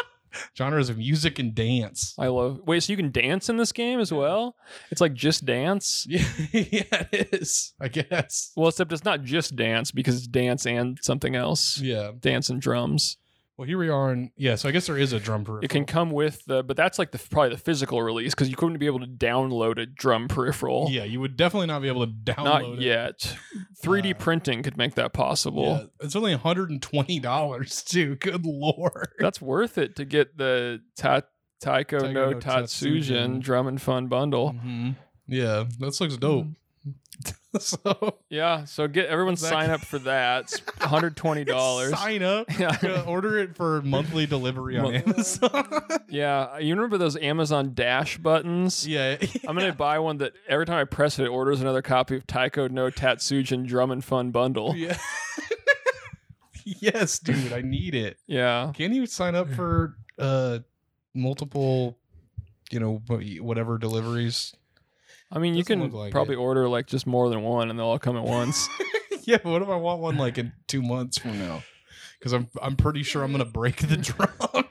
Genres of music and dance. I love Wait, so you can dance in this game as well? It's like just dance? Yeah, yeah, it is. I guess. Well, except it's not just dance because it's dance and something else. Yeah. Dance and drums. Well, here we are, and yeah. So I guess there is a drum peripheral. It can come with the, but that's like the probably the physical release because you couldn't be able to download a drum peripheral. Yeah, you would definitely not be able to download. Not it. yet. 3D Uh, printing could make that possible. Yeah, it's only one hundred and twenty dollars too. Good lord. That's worth it to get the ta- Taiko Taiko no no Tatsujin Tatsujin. Drum and Fun bundle. Mhm. Yeah, that looks dope. Mm. so Yeah, so get everyone Exact- sign up for that. It's $120. sign up. yeah. Yeah, order it for monthly delivery on Mon- Amazon. yeah, you remember those Amazon Dash buttons? yeah, I'm gonna buy one that every time I press it, it orders another copy of Taiko no Tatsujin Drum and Fun bundle. yeah. yes, dude, I need it. Yeah, Can you sign up for uh multiple, you know, wh- whatever deliveries? I mean you Doesn't can look like probably it. order like just more than one, and they'll all come at once. yeah, but what if I want one like in two months from now? Because I'm I'm pretty sure I'm gonna break the drum.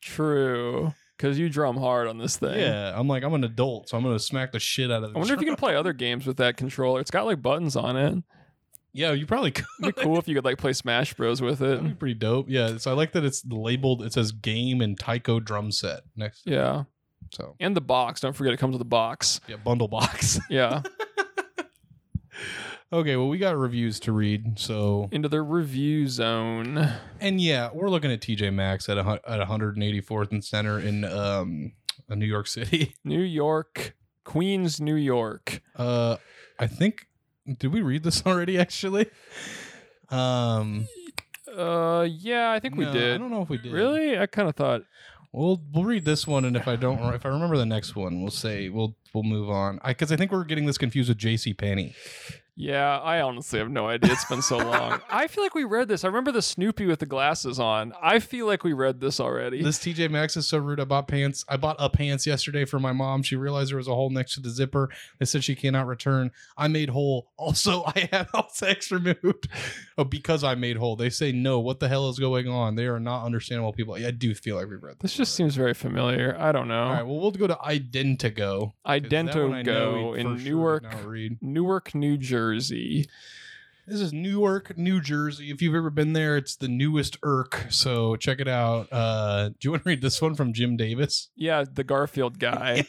True, because you drum hard on this thing. yeah, I'm like I'm an adult, so I'm gonna smack the shit out of. The I wonder if you can play other games with that controller. It's got like buttons on it. Yeah, you probably could. It'd be cool if you could like play Smash Bros with it. That'd be pretty dope. Yeah, so I like that it's labeled. It says game and taiko drum set next. Yeah, So and the box. Don't forget it comes with a box. yeah, bundle box. Yeah, okay, well we got reviews to read. So into the review zone. and yeah, we're looking at TJ Maxx at a, hun- at 184th and Center in um uh, New York City. New York, Queens, New York. Uh, I think did we read this already? Actually, um, Uh, yeah, I think we no, did. I don't know if we did. Really? I kind of thought. We'll we'll read this one, and if I don't, if I remember the next one, we'll say we'll we'll move on. I because I think we're getting this confused with J.C. Penney. Yeah, I honestly have no idea. It's been so long. I feel like we read this. I remember the Snoopy with the glasses on. I feel like we read this already. This TJ Maxx is so rude. I bought pants. I bought a pants yesterday for my mom. She realized there was a hole next to the zipper. They said she cannot return. I made whole. Also, I had all sex removed. Oh, because I made whole. They say no. What the hell is going on? They are not understandable people. Yeah, I do feel like we read this. this just seems very familiar. I don't know. All right. Well, we'll go to Identigo. 'cause that one I Idento know Go we in for sure Newark, did not read. Newark, New Jersey. This is Newark, New Jersey. If you've ever been there, it's the newest irk. So check it out. Uh, do you want to read this one from Jim Davis? Yeah, the Garfield guy.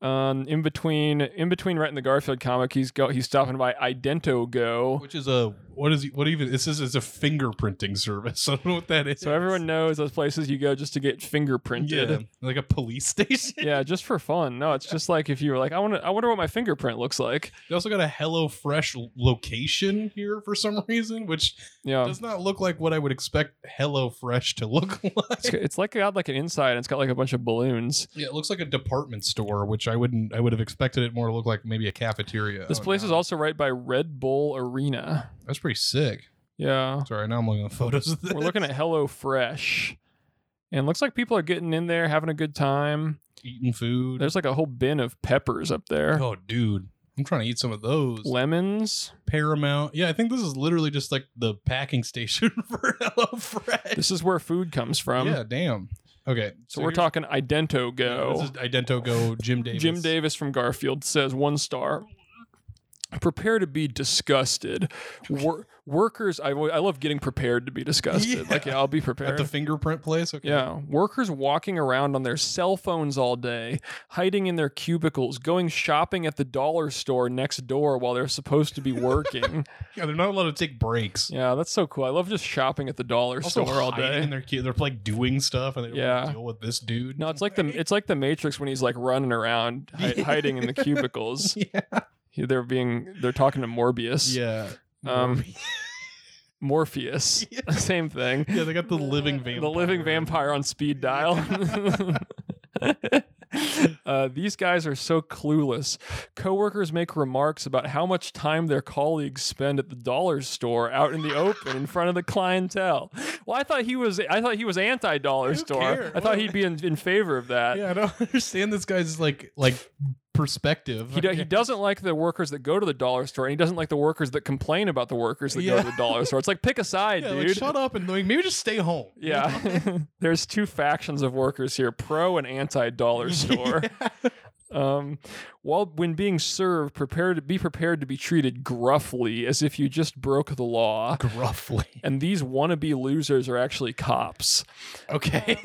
um, in between, in between writing the Garfield comic, he's go he's stopping by Idento Go. Which is a what is he, what even this is? It's a fingerprinting service. I don't know what that is. So everyone knows those places you go just to get fingerprinted. yeah, like a police station. yeah, just for fun. No, it's just like if you were like, I want to, I wonder what my fingerprint looks like. They also got a Hello Fresh l- location here for some reason, which Yeah, does not look like what I would expect Hello Fresh to look it's, like. it's like got like an inside. And it's got like a bunch of balloons. Yeah, it looks like a department store, which I wouldn't. I would have expected it more to look like maybe a cafeteria. This Oh, place no. is also right by Red Bull Arena. That's pretty sick. Yeah, Sorry, now I'm looking at photos. Of this. we're looking at Hello Fresh, and looks like people are getting in there having a good time. eating food. There's like a whole bin of peppers up there, oh, dude, I'm trying to eat some of those. lemons. Paramount. Yeah, I think this is literally just like the packing station for HelloFresh. This is where food comes from. yeah, damn. Okay, So, we're here's- talking Idento yeah, Go. This is Idento Go. Jim Davis. Jim Davis from Garfield says one star. prepare to be disgusted. Wor- workers, I, I love getting prepared to be disgusted. Like, yeah, I'll be prepared. At the fingerprint place? Okay. Yeah, workers walking around on their cell phones all day, hiding in their cubicles, going shopping at the dollar store next door while they're supposed to be working. Yeah, they're not allowed to take breaks. yeah, that's so cool. I love just shopping at the dollar Also store all hiding in day. their kid. They're like doing stuff and they don't wanna Yeah. deal with this dude. No, it's like the it's like the Matrix when he's like running around hi- hiding in the cubicles. Yeah. He- They're being they're talking to Morbius, Yeah. Um, Morpheus, Yeah. same thing. yeah, they got the living vampire. The living vampire on speed dial. Uh, these guys are so clueless. Coworkers make remarks about how much time their colleagues spend at the dollar store out in the open in front of the clientele. Well, I thought he was I thought he was anti-dollar Who store. cares? I thought he'd be in, in favor of that. Yeah, I don't understand this guy's like like perspective. He, do, he doesn't like the workers that go to the dollar store, and he doesn't like the workers that complain about the workers that go Yeah. to the dollar store. It's like pick a side, yeah, dude. like, shut up and like, maybe just stay home. Yeah. There's two factions of workers here, pro and anti dollar store. Um while when being served, prepare to be prepared to be treated gruffly as if you just broke the law. Gruffly. And these wannabe losers are actually cops. Okay.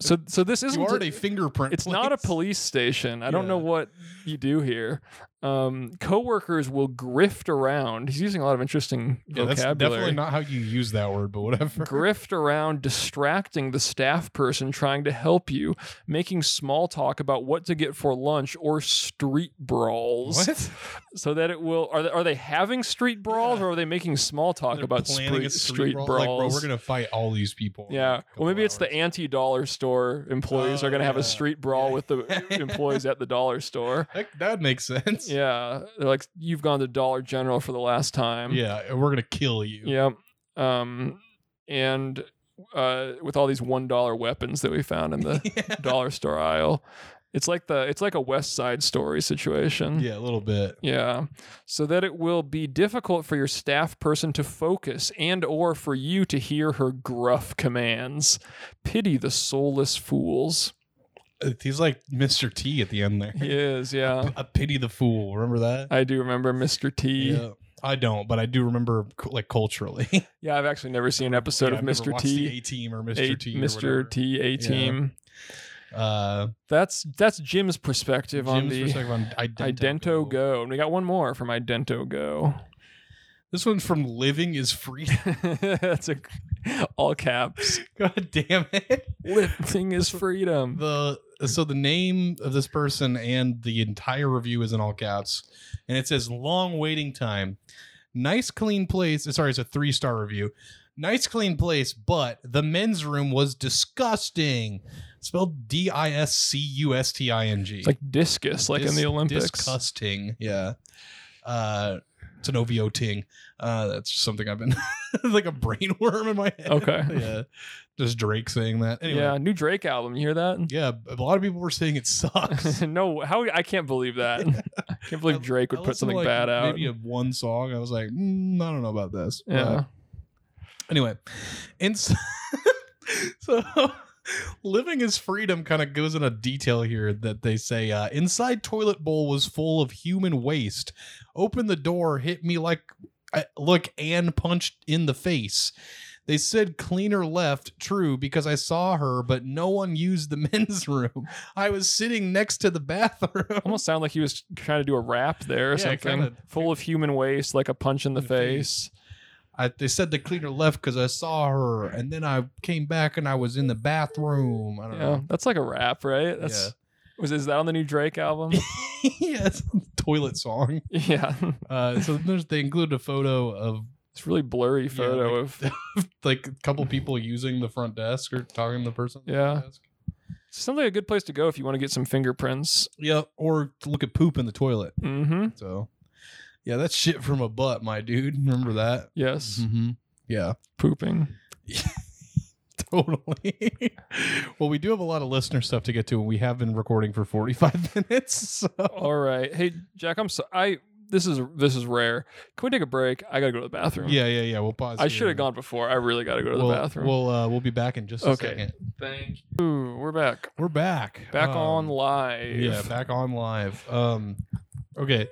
So so this isn't you are at a fingerprint. it's not a place. police station. I don't know Yeah. what you do here. Um, coworkers will grift around. He's using a lot of interesting Yeah, that's vocabulary. definitely not how you use that word, but whatever. grift around distracting the staff person trying to help you, making small talk about what to get for lunch or street brawls. What? So that it will are they, are they having street brawls Yeah. or are they making small talk about spree- street brawl. brawls? Like, bro, we're gonna fight all these people. in yeah. a couple Well, maybe it's the hours. anti-dollar store employees Oh, are going to have yeah. a street brawl Yeah. with the employees at the dollar store. That, that makes sense. Yeah, they're like you've gone to Dollar General for the last time. Yeah, and we're gonna kill you. Yeah. Um, and uh, with all these one dollar weapons that we found in the Yeah. dollar store aisle, it's like the it's like a West Side Story situation. Yeah, a little bit. Yeah. So that it will be difficult for your staff person to focus and or for you to hear her gruff commands. Pity the soulless fools. Uh, He's like Mr. T at the end there. He is, yeah. I pity the fool. Remember that? I do remember Mr. T. Yeah, yeah. I don't, but I do remember cu- like culturally. I've actually never seen an episode of Yeah, I've never Mr. watched the T. A Team or A- Mr. T. or whatever. Mr. T A team. Uh, That's that's Jim's perspective on Jim's the perspective on Idento, Idento Go. And we got one more from Idento Go. This one's from Living is Free. that's a all caps. God damn it. Lifting is freedom. The so the name of this person and the entire review is in all caps, and it says long waiting time. Nice clean place. Sorry, it's a three star review. Nice clean place, but the men's room was disgusting. Spelled D I S C U S T I N G. It's like discus, like in Dis- the Olympics. Disgusting. Yeah. Uh, it's an OVO ting. Uh, that's just something I've been like a brain worm in my head. Okay. yeah. Just Drake saying that. Anyway. Yeah, Yeah. new Drake album. You hear that? A lot of people were saying it sucks. no, how I can't believe that. I can't believe Drake I would put listened to, something like, bad out. Maybe a one song. I was like, mm, I don't know about this. But yeah. anyway, and so, so living is freedom kind of goes into detail here that they say uh, inside toilet bowl was full of human waste. Open the door, hit me like I, look and punched in the face. They said cleaner left, true, because I saw her, but no one used the men's room. I was sitting next to the bathroom. Almost sound like he was trying to do a rap there or Yeah, something. kinda. Full of human waste, like a punch in the The face. face. I, they said the cleaner left because I saw her, and then I came back and I was in the bathroom. I don't Yeah, that's like a rap, right? know. That's was is that on the new Drake album? yeah. yeah, it's a toilet song. yeah, Uh, so there's, they included a photo of it's a really blurry photo like- of like a couple people using the front desk or talking to the person. at the Yeah. front desk. sounds like a good place to go if you want to get some fingerprints. Yeah. Or to look at poop in the toilet. Mm-hmm. So, yeah, that's shit from a butt, my dude. Remember that? Yes, Mm-hmm. Yeah. pooping. Totally. well, we do have a lot of listener stuff to get to, and we have been recording for 45 minutes. So. All right, hey Jack, I'm so I this is this is rare. Can we take a break? I gotta go to the bathroom. Yeah, yeah, yeah. We'll pause. I here. should have gone before. I really gotta go to we'll, the bathroom. We'll uh, we'll be back in just a Okay. second. Thank you. Ooh, we're back. We're back. Back Um, on live. Yeah, back on live. Um, Okay.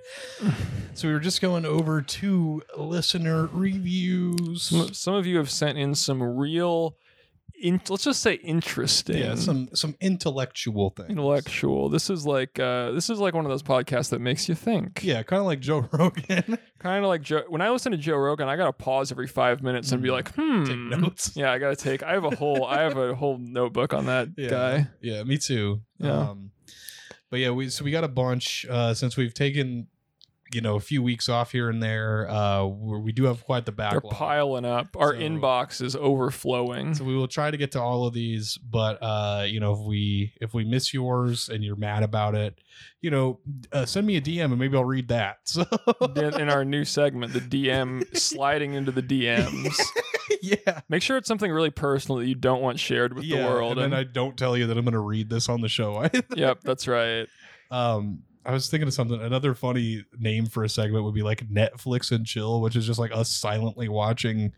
So we were just going over to listener reviews. Some, some of you have sent in some real, in, let's just say interesting. Yeah, some some intellectual things. intellectual. This is like uh, this is like one of those podcasts that makes you think. Yeah, kind of like Joe Rogan. Kind of like Joe. When I listen to Joe Rogan, I gotta pause every five minutes and be like, hmm. Take notes. Yeah, I gotta take. I have a whole. I have a whole notebook on that Yeah. guy. Yeah, me too. Yeah. Um, but yeah, we so we got a bunch uh, since we've taken you know a few weeks off here and there. Uh, we we do have quite the They're backlog. piling up. Our So- inbox is overflowing. So we will try to get to all of these, but uh, you know, if we if we miss yours and you're mad about it, you know, uh, send me a DM and maybe I'll read that. So in, in our new segment, the DM sliding into the DMs. yeah, Make sure it's something really personal that you don't want shared with the world. And then I and- don't tell you that I'm going to read this on the show. either. yep, that's right. um, I was thinking of something. Another funny name for a segment would be like Netflix and chill, which is just like us silently watching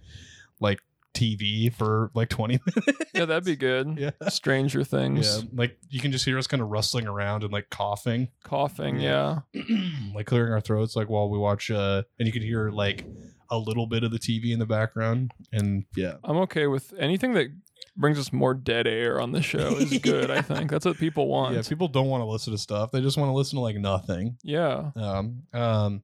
like TV for like 20 minutes. Yeah, that'd be good. Yeah. Stranger Things, Like you can just hear us kind of rustling around and like coughing. coughing. Yeah. Yeah. like clearing our throats like while we watch uh and you can hear like a little bit of the TV in the background and yeah I'm okay with anything that brings us more dead air on the show is good. I think that's what people want. yeah people don't want to listen to stuff they just want to listen to like nothing yeah. um um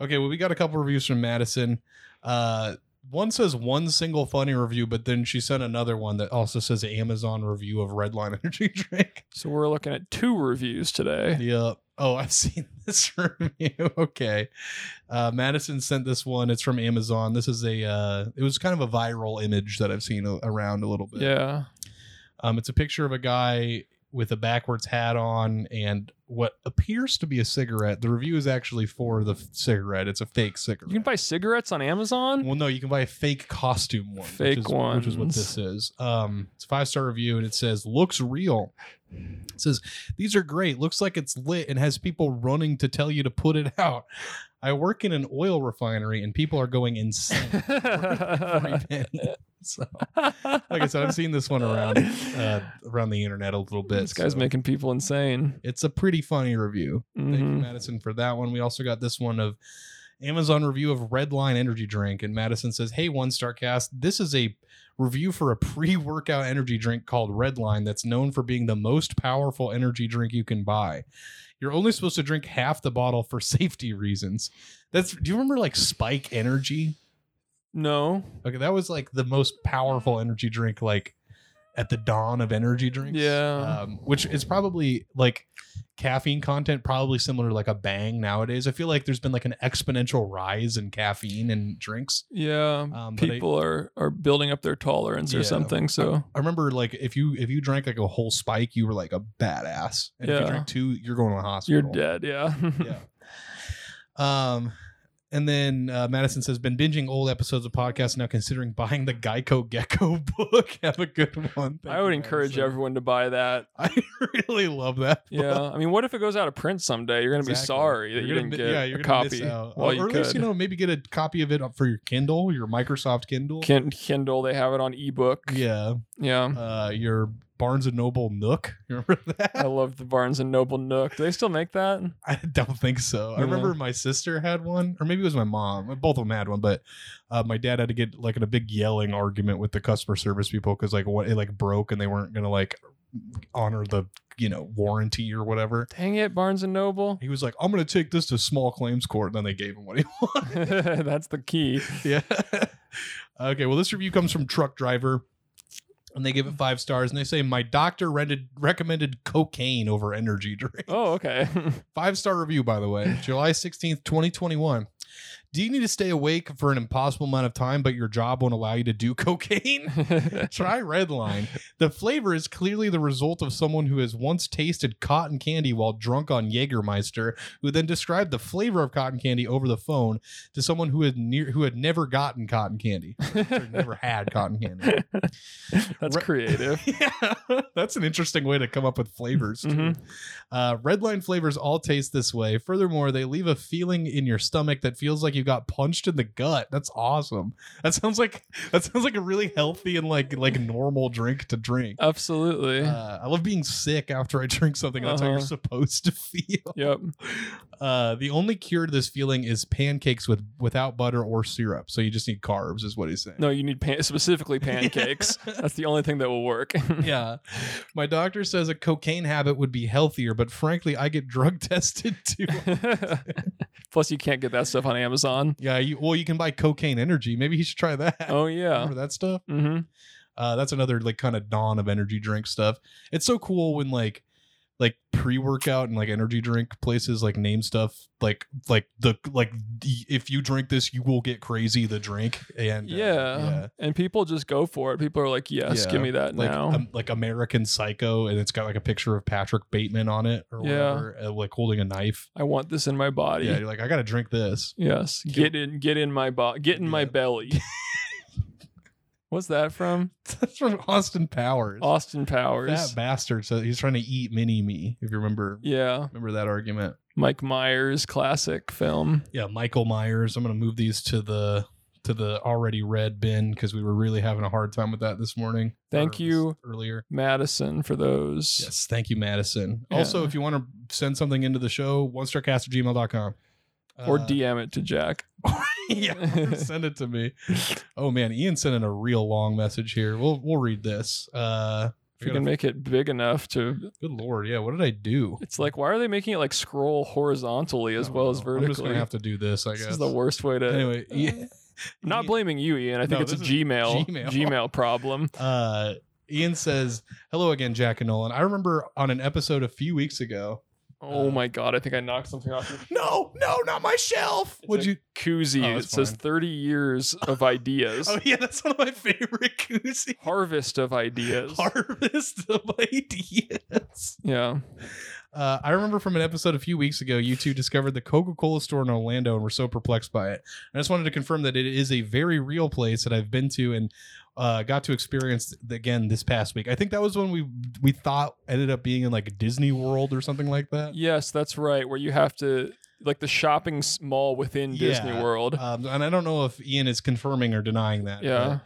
okay well we got a couple reviews from Madison uh one says one single funny review but then she sent another one that also says Amazon review of Redline energy drink So we're looking at two reviews today. Yep. Oh, I've seen this review. Okay. Uh, Madison sent this one. It's from Amazon. This is a, uh, it was kind of a viral image that I've seen a- around a little bit. Yeah. Um, it's a picture of a guy with a backwards hat on and what appears to be a cigarette. The review is actually for the f- cigarette. It's a fake cigarette. You can buy cigarettes on Amazon? well, no, you can buy a fake costume one. Fake which is, Which is what ones. this is. Um, it's a five star review and it says, looks real. It says, these are great. Looks like it's lit and has people running to tell you to put it out. I work in an oil refinery and people are going insane. Every penny. so, like I said, I've seen this one around uh, around the internet a little bit. this guy's so making people insane. it's a pretty funny review. Thank you, Mhm. Madison, for that one. We also got this one of Amazon review of Redline Energy Drink. And Madison says, Hey, One Star Cast, this is a review for a pre workout energy drink called Redline that's known for being the most powerful energy drink you can buy. You're only supposed to drink half the bottle for safety reasons. That's do you remember like Spike Energy? No. Okay, that was like the most powerful energy drink, like at the dawn of energy drinks. Yeah. Um, which is probably like caffeine content, probably similar to like a bang nowadays. I feel like there's been like an exponential rise in caffeine and drinks. yeah. Um, but I- people are are building up their tolerance Yeah. or something, so I remember like if you if you drank like a whole spike, you were like a badass. And if you Yeah. drank two, you're going to the hospital. you're dead, yeah. yeah. Um, and then uh, Madison says, "Been binging old episodes of podcasts now, considering buying the Geico Gecko book. Have a good one." Thank I would you, encourage Madison. everyone to buy that. I really love that. book. Yeah, I mean, what if it goes out of print someday? You're gonna be Exactly. sorry that You're you didn't gonna mi- get yeah, a you're gonna miss copy. out. Well, or you at least you could. know maybe get a copy of it for your Kindle, your Microsoft Kindle. Kin- Kindle, they have it on ebook. yeah, yeah. uh, your Barnes and Noble Nook. You remember I that? love the Barnes and Noble Nook. Do they still make that? I don't think so. I remember Yeah. my sister had one, or maybe it was my mom. Both of them had one, but uh, my dad had to get like in a big yelling argument with the customer service people because like what it like broke and they weren't gonna like honor the you know warranty or whatever. Dang it, Barnes and Noble. He was like, "I'm gonna take this to small claims court," and then they gave him what he wanted. That's the key. yeah. okay. Well, this review comes from Truck Driver, and they give it five stars, and they say my doctor rented, recommended cocaine over energy drink. Oh, okay. Five star review, by the way, July sixteenth, twenty twenty one. Do you need to stay awake for an impossible amount of time, but your job won't allow you to do cocaine? Try Redline. The flavor is clearly the result of someone who has once tasted cotton candy while drunk on Jägermeister, who then described the flavor of cotton candy over the phone to someone who had near who had never gotten cotton candy, or never had cotton candy. That's Re- creative. yeah, that's an interesting way to come up with flavors. Too. Mhm. Uh, Redline flavors all taste this way. Furthermore, they leave a feeling in your stomach that feels like you you got punched in the gut. That's awesome. That sounds like that sounds like a really healthy and like like normal drink to drink. Absolutely. Uh, I love being sick after I drink something. That's how you're Uh-huh. supposed to feel. yep. Uh, the only cure to this feeling is pancakes with without butter or syrup. So you just need carbs, is what he's saying. No, you need pan- specifically pancakes. That's the only thing that will work. yeah. My doctor says a cocaine habit would be healthier, but frankly, I get drug tested too. Plus, you can't get that stuff on Amazon. yeah. You, well, you can buy cocaine energy. Maybe he should try that. Oh yeah. Remember that stuff? Mm-hmm. Uh, that's another like kind of dawn of energy drink stuff. It's so cool when like like pre-workout and like energy drink places like name stuff like like the like the, if you drink this you will get crazy the drink and uh, yeah. And people just go for it. People are like, yes, Yeah. give me that like now. um, like American Psycho and it's got like a picture of Patrick Bateman on it or Yeah. whatever uh, like holding a knife I want this in my body. yeah you're like I gotta drink this Yes. Get in get in my bo- get in my Yeah. belly. What's that from? that's from Austin Powers Austin Powers. that bastard so he's trying to eat mini me if you remember Yeah. remember that argument Mike Myers classic film. yeah michael myers i'm going to move these to the to the already red bin because we were really having a hard time with that this morning Thank Or you. earlier Madison for those. yes thank you madison Yeah. also if you want to send something into the show one starcast at gmail.com Or Uh, DM it to Jack. yeah or send it to me oh man ian sent in a real long message here we'll we'll read this uh If you can make it big enough to good lord yeah what did i do it's like why are they making it like scroll horizontally as I don't well as know. i'm just vertically? gonna have to do this i this guess is the worst way to anyway yeah. I'm not blaming you, Ian. I think No, it's a this is Gmail, Gmail. Gmail problem. Uh, Ian says, "Hello again, Jack and Nolan. I remember on an episode a few weeks ago. Oh Uh, my god, I think I knocked something off. your No, no, not my shelf. It's Would a you? Koozie. Oh, it it's says fine. 30 years of ideas. Oh yeah, that's one of my favorite koozie Harvest of ideas. harvest of ideas. yeah. Uh, I remember from an episode a few weeks ago, you two discovered the Coca Cola store in Orlando and were so perplexed by it. I just wanted to confirm that it is a very real place that I've been to and uh, got to experience th- again this past week. I think that was when we we thought ended up being in like Disney World or something like that. Yes, that's right. Where you have to like the shopping s- mall within Disney Yeah. World. Um, and I don't know if Ian is confirming or denying that. yeah.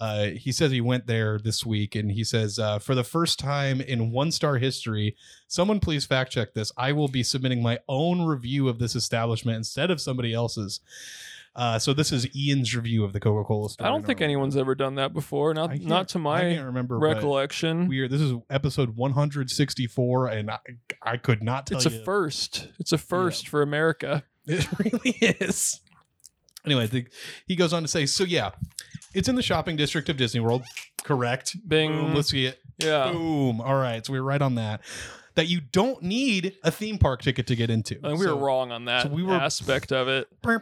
but, uh, he says he went there this week and he says, uh, for the first time in one star history, someone please fact check this. I will be submitting my own review of this establishment instead of somebody else's. Uh, so this is Ian's review of the Coca Cola store. I don't think anyone's ever done that before. Not I can't- not to I my can't remember. Recollect. recollection. Weird. This is episode 164, and I, I could not tell It's you. a first. It's a first for America. It really is. Anyway, I think he goes on to say, so yeah, it's in the shopping district of Disney World. Correct. Bing. Boom. Let's see it. yeah. Boom. All right. So we were right on that. That you don't need a theme park ticket to get into. And we were wrong on that so we were- aspect of it. wrong.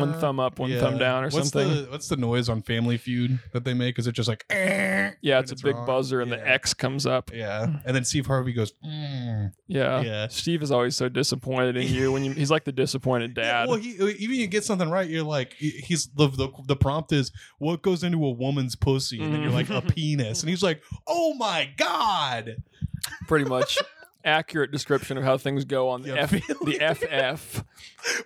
One thumb up, one thumb down, or what's something. The, what's the noise on Family Feud that they make? Is it just like, "Eh," yeah, when it's, a big wrong? buzzer, and the Yeah. X comes up. Yeah. And then Steve Harvey goes, "Mm." Yeah. Yeah. Steve is always so disappointed in you when you, he's like the disappointed Yeah, dad. well, he, uh, even you get something right, you're like, he- he's the, the the prompt is what goes into a woman's pussy, and then you're like a Mm. penis, and he's like, oh my god, pretty much accurate description of how things go on the Yeah, F, really. the FF.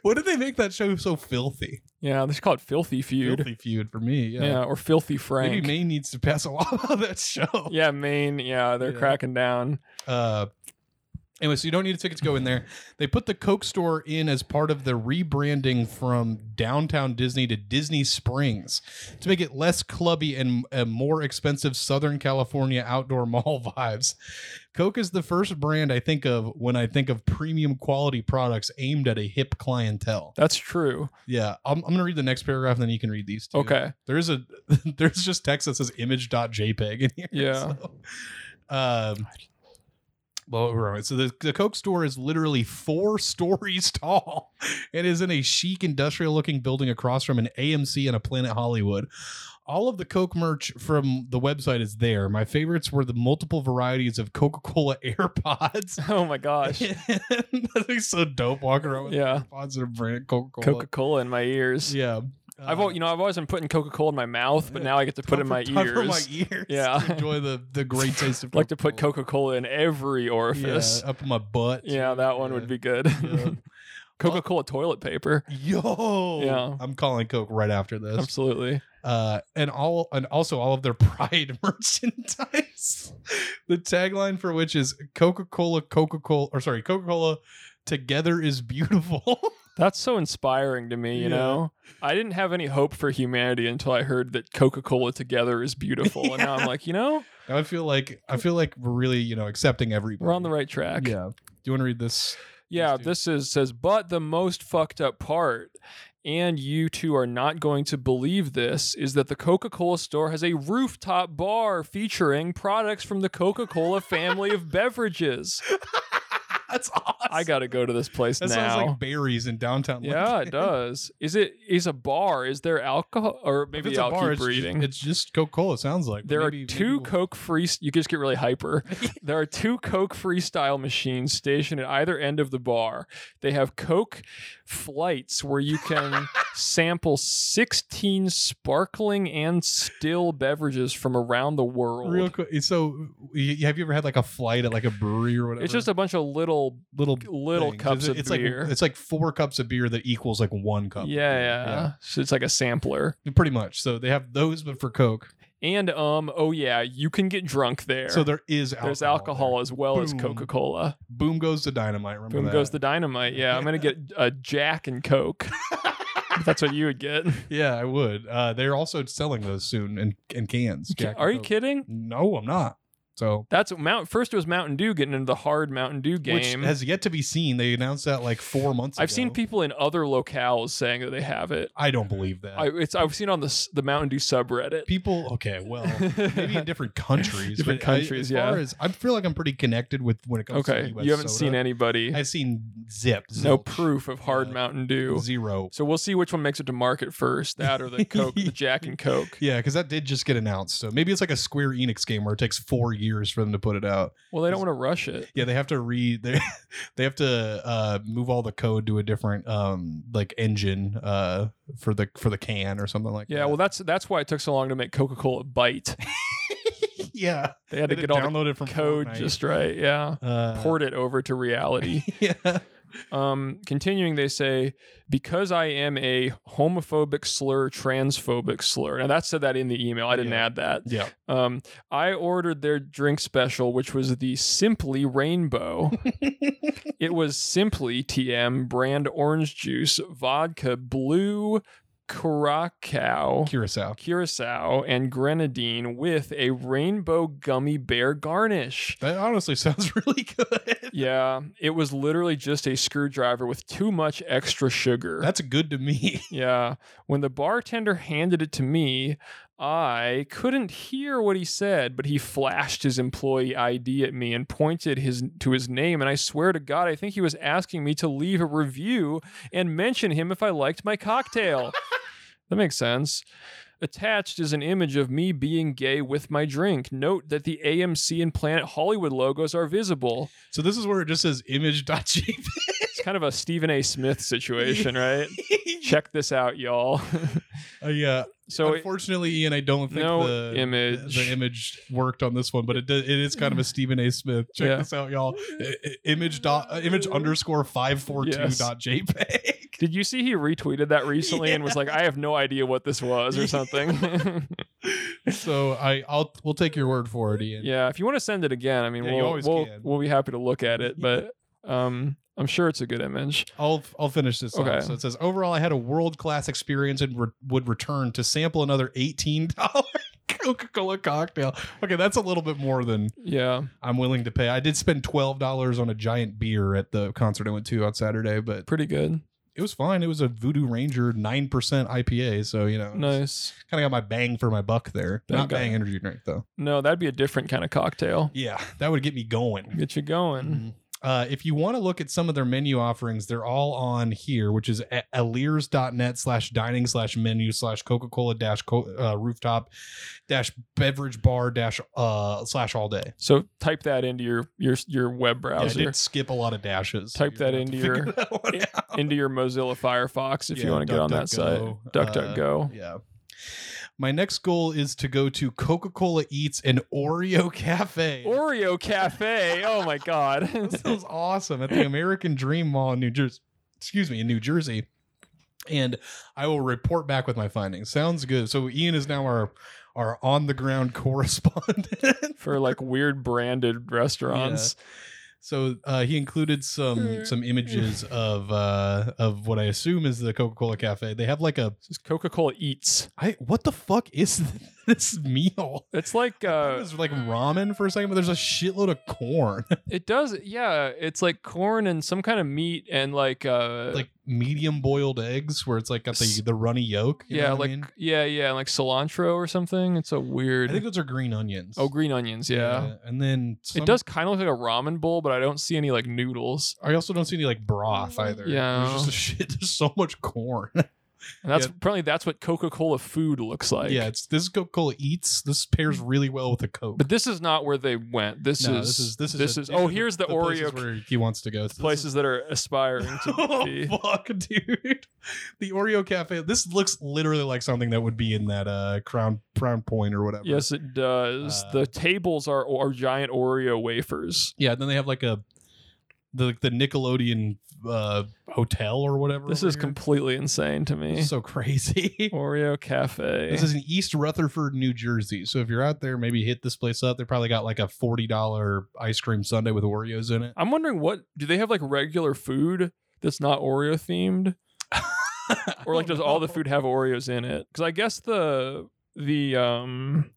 what did they make that show so filthy? Yeah, they should call it Filthy Feud. Filthy feud for me, yeah. yeah. or Filthy Frank. Maybe Maine needs to pass a law about that show. Yeah, Maine. Yeah, they're Yeah. cracking down. Uh, anyway, so you don't need a ticket to go in there. They put the Coke store in as part of the rebranding from downtown Disney to Disney Springs to make it less clubby and a more expensive Southern California outdoor mall vibes. Coke is the first brand I think of when I think of premium quality products aimed at a hip clientele. That's true. Yeah, I'm, I'm gonna read the next paragraph and then you can read these two. Okay. There is a there's just text that says image.jpg in here. Yeah. So, um well, we're all right. so the, the Coke store is literally four stories tall and is in a chic industrial looking building across from an AMC and a Planet Hollywood. All of the Coke merch from the website is there. My favorites were the multiple varieties of Coca Cola AirPods. Oh my gosh. That's so dope walking around with Yeah. AirPods and a brand Coca Cola. Coca Cola in my ears. Yeah. I've al- you know I've always been putting Coca Cola in my mouth, but Yeah. now I get to put it in my Cover- cover ears. my ears. Yeah. to enjoy the the great taste of. like to put Coca-Cola. Coca Cola in every orifice. Yeah, up in my butt. Yeah, that one would be good. Yeah. Coca Cola toilet paper. Yo, Yeah. I'm calling Coke right after this. Absolutely. uh, and all and also all of their pride merchandise. the tagline for which is Coca-Cola, Coca-Cola, or sorry, Coca-Cola together is beautiful. That's so inspiring to me, you Yeah. know? I didn't have any hope for humanity until I heard that Coca Cola together is beautiful. And now I'm Yeah. like, you know, I feel like I feel like we're really, you know, accepting everybody. we're on the right track. Yeah. Do you want to read this? Yeah, Let's do it. this is says, but the most fucked up part, and you two are not going to believe this, is that the Coca Cola store has a rooftop bar featuring products from the Coca Cola family of beverages. That's awesome. I gotta go to this place that now. sounds like berries in downtown. yeah, it does. Is it is a bar? Is there alcohol or If maybe it's a I'll bar, keep it's, reading? it's just Coca-Cola. it Sounds like But There maybe- are maybe 2 we'll- Coke free. You just get really hyper. there are two Coke freestyle machines stationed at either end of the bar. They have Coke flights where you can sample 16 sparkling and still beverages from around the world. Real quick, so y- have you ever had like a flight at like a brewery or whatever? it's just a bunch of little little little things. cups It's- of it's beer. Like, it's like four cups of beer that equals like one yeah, cup. of beer. yeah, So it's like a sampler. Yeah, pretty much. So they have those, but for Coke. And um oh yeah, you can get drunk there. So there is alcohol. there's alcohol there. as well as Boom. Coca-Cola. Boom goes the dynamite. Remember Boom that? goes the dynamite. Yeah, I'm gonna get a Jack and Coke. That's what you would get. yeah, I would. Uh, they're also selling those soon in, in cans. Jack and Are you Coke. kidding? No, I'm not. So That's what Mount. First it was Mountain Dew getting into the hard Mountain Dew game. which has yet to be seen. They announced that like four months. I've seen ago. people in other locales saying that they have it. I don't believe that. I, it's I've seen on the s- the Mountain Dew subreddit. people. Okay, well. Maybe in different countries. Different but I- countries, as far yeah. as I feel like I'm pretty connected with when it comes to okay, US you haven't soda. seen anybody. I've seen zip. no zilch, proof of hard Yeah. Mountain Dew. Zero. So we'll see which one makes it to market first. That or the Coke, the Jack and Coke. Yeah, because that did just get announced. So maybe it's like a Square Enix game where it takes four years for them to put it out. Well, they don't want to rush it. Yeah, they have to re they, they have to uh, move all the code to a different um like engine uh for the for the can or something like Yeah, that. well, that's that's why it took so long to make Coca Cola Bite. Well, yeah, They had to They get all the download it from code Fortnite. just right. Yeah, uh, port it over to reality. Yeah, Um, continuing, they say, because I am a homophobic slur, transphobic slur. Now, that said that in the email. I didn't Yeah. add that. yeah. Um, I ordered their drink special, which was the Simply Rainbow. it was Simply TM brand orange juice, vodka, blue curacao. Curacao. Curacao and grenadine with a rainbow gummy bear garnish. That honestly sounds really good. Yeah, it was literally just a screwdriver with too much extra sugar. That's good to me. yeah. When the bartender handed it to me, I couldn't hear what he said, but he flashed his employee ID at me and pointed his to his name and I swear to god I think he was asking me to leave a review and mention him if I liked my cocktail. that makes sense. Attached is an image of me being gay with my drink. Note that the AMC and Planet Hollywood logos are visible. So this is where it just says image.jpg. It's kind of a Stephen A. Smith situation, right? Check this out, y'all. Uh, yeah, so it- unfortunately, Ian, I don't think no the image. the image worked on this one, but it does, it is kind of a Stephen A. Smith. Check Yeah. this out, y'all. I- I- image dot uh, image underscore five four two Yes. dot jpeg. Did you see he retweeted that recently and was like, "I have no idea what this was" or something? So I I'll we'll take your word for it, Ian. yeah, if you want to send it again, I mean, Yeah, you we'll always we'll, can. we'll be happy to look at it, but um, I'm sure it's a good image. I'll I'll finish this. Okay. Off. So it says overall, I had a world class experience and re- would return to sample another eighteen dollar Coca Cola cocktail. Okay, that's a little bit more than Yeah, I'm willing to pay. I did spend twelve dollars on a giant beer at the concert I went to on Saturday, but pretty good. it was fine. It was a Voodoo Ranger nine percent IPA, so you know, Nice. kind of got my bang for my buck there. Bang Not guy. bang energy drink though. No, that'd be a different kind of cocktail. Yeah, that would get me going. Get you going. Mhm. Uh, if you want to look at some of their menu offerings, they're all on here, which is at aliers.net slash dining slash menu slash Coca Cola dash co- uh, rooftop dash beverage bar dash uh, slash all day. So type that into your your your web Yeah, I browser. did skip a lot of dashes. Type you're that gonna have to into your- figure that one out. into your Mozilla Firefox if you Yeah, want to get on that site. DuckDuckGo, uh, DuckDuckGo. Yeah. My next goal is to go to Coca Cola Eats and Oreo Cafe. Oreo Cafe. Oh my god. that sounds awesome at the American Dream Mall in New Jersey. excuse me, in New Jersey. And I will report back with my findings. Sounds good. So Ian is now our our on the ground correspondent. for like weird branded restaurants. so uh, he included some some images of uh, of what I assume is the Coca Cola Cafe. They have like a It's Coca Cola Eats. I what the fuck is this meal? It's like It uh, was like ramen for a second, but there's a shitload of corn, it does. Yeah, it's like corn and some kind of meat and like uh, like medium boiled eggs, where it's like got the the runny yolk. you know yeah, what I like mean? yeah, yeah, like cilantro or something. It's a I weird. think those are green onions. oh, green onions. Yeah. and then some, It does kind of look like a ramen bowl, but I don't see any like noodles. I also don't see any like broth either. Yeah. there's just a shit. There's so much corn. And that's Yeah. apparently that's what Coca-Cola food looks like. yeah, it's this Coca Cola eats. This pairs really well with a Coke. But this is not where they went. This No, is this is this is this a- is oh here's the, places Oreo where he wants to go. So this is- places that are aspiring to be. oh fuck, dude! The Oreo Cafe. This looks literally like something that would be in that uh Crown Crown Point or whatever. Yes, it does. Uh, the tables are are giant Oreo wafers. Yeah. Then they have like a the like the Nickelodeon uh hotel or whatever. This over is here. completely insane to me. This is so crazy. Oreo Cafe. This is in East Rutherford, New Jersey. So if you're out there, maybe hit this place up. They probably got like a forty dollar ice cream sundae with Oreos in it. I'm wondering what do they have like regular food that's not Oreo themed, or like does all the food have Oreos in it? Because I guess the the um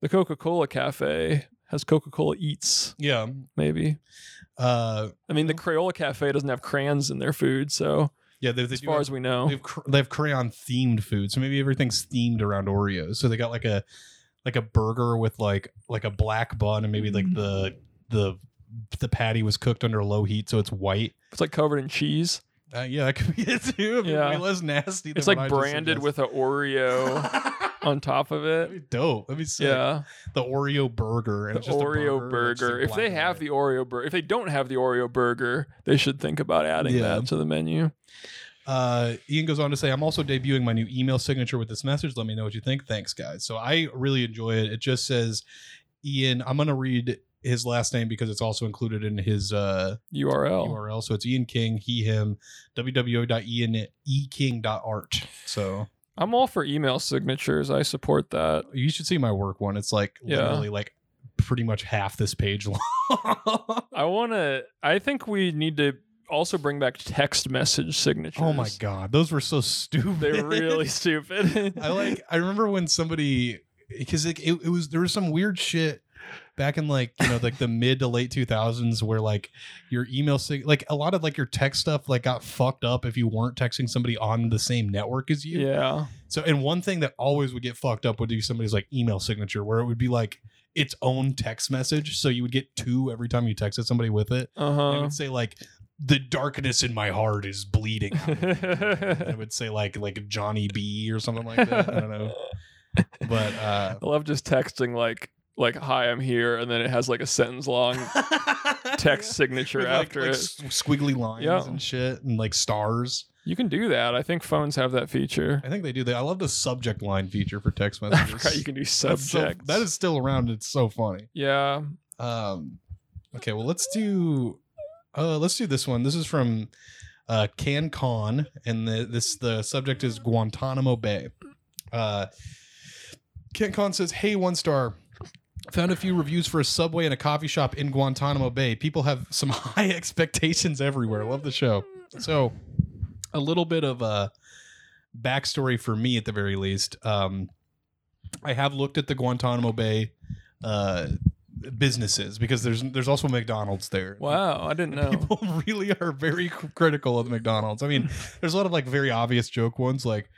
the Coca Cola Cafe has Coca Cola Eats Yeah. maybe. Uh. I mean, the Crayola Cafe doesn't have crayons in their food, so Yeah. They, they as do far have- as we know, They have, cr- they have crayon themed food, so maybe everything's themed around Oreos. So they got like a like a burger with like like a black bun, and maybe like Mm. the the the patty was cooked under low heat, so it's white. it's like covered in cheese. Uh, yeah, that could be it too. It'd be Yeah. way less nasty. Than It's what I like just branded with an Oreo suggested. on top of That'd it. be dope. That'd be sick. Yeah, The Oreo burger and the it's just a Oreo burger. that's just, burger. like, If they black and have white. the Oreo burger, if they don't have the Oreo burger, they should think about adding Yeah. that to the menu. Uh, Ian goes on to say, I'm also debuting my new email signature with this message. Let me know what you think. Thanks, guys. So I really enjoy it. It just says, Ian, I'm going to read his last name because it's also included in his uh, URL. URL. So it's Ian King, he, him, E www.ianeking.art. So I'm all for email signatures. I support that. you should see my work one. It's like Yeah. literally like pretty much half this page long. I want to. I think we need to also bring back text message signatures. oh my God. Those were so stupid. They're really stupid. I like. I remember when somebody because like it, it was there was some weird shit back in like you know like the mid to late 2000s where like your email sig- like a lot of like your text stuff like got fucked up if you weren't texting somebody on the same network as you Yeah. so and one thing that always would get fucked up would be somebody's like email signature where it would be like its own text message so you would get two every time you texted somebody with it Uh And it huh. would say like the darkness in my heart is bleeding out. And it would say like like Johnny B or something like that. I don't know. But uh I love just texting like like hi, I'm here, and then it has like a sentence long text signature With, uh, like- after like, it. s- squiggly lines Yeah. and shit and like stars. You can do that. I think phones have that feature. I think they do that. I love the subject line feature for text I forgot you messages. can do That's so- subject. that is still around. It's so funny. Yeah. Um okay, well let's do uh let's do this one. This is from uh CanCon and the this the subject is Guantanamo Bay. Uh CanCon says, "Hey one star Found a few reviews for a subway and a coffee shop in Guantanamo Bay. People have some high expectations everywhere. Love the show. So, a little bit of a backstory for me, at the very least. Um, I have looked at the Guantanamo Bay uh, businesses because there's there's also McDonald's there. Wow. I didn't know. People really are very cr- critical of McDonald's. I mean, there's a lot of like very obvious joke ones like,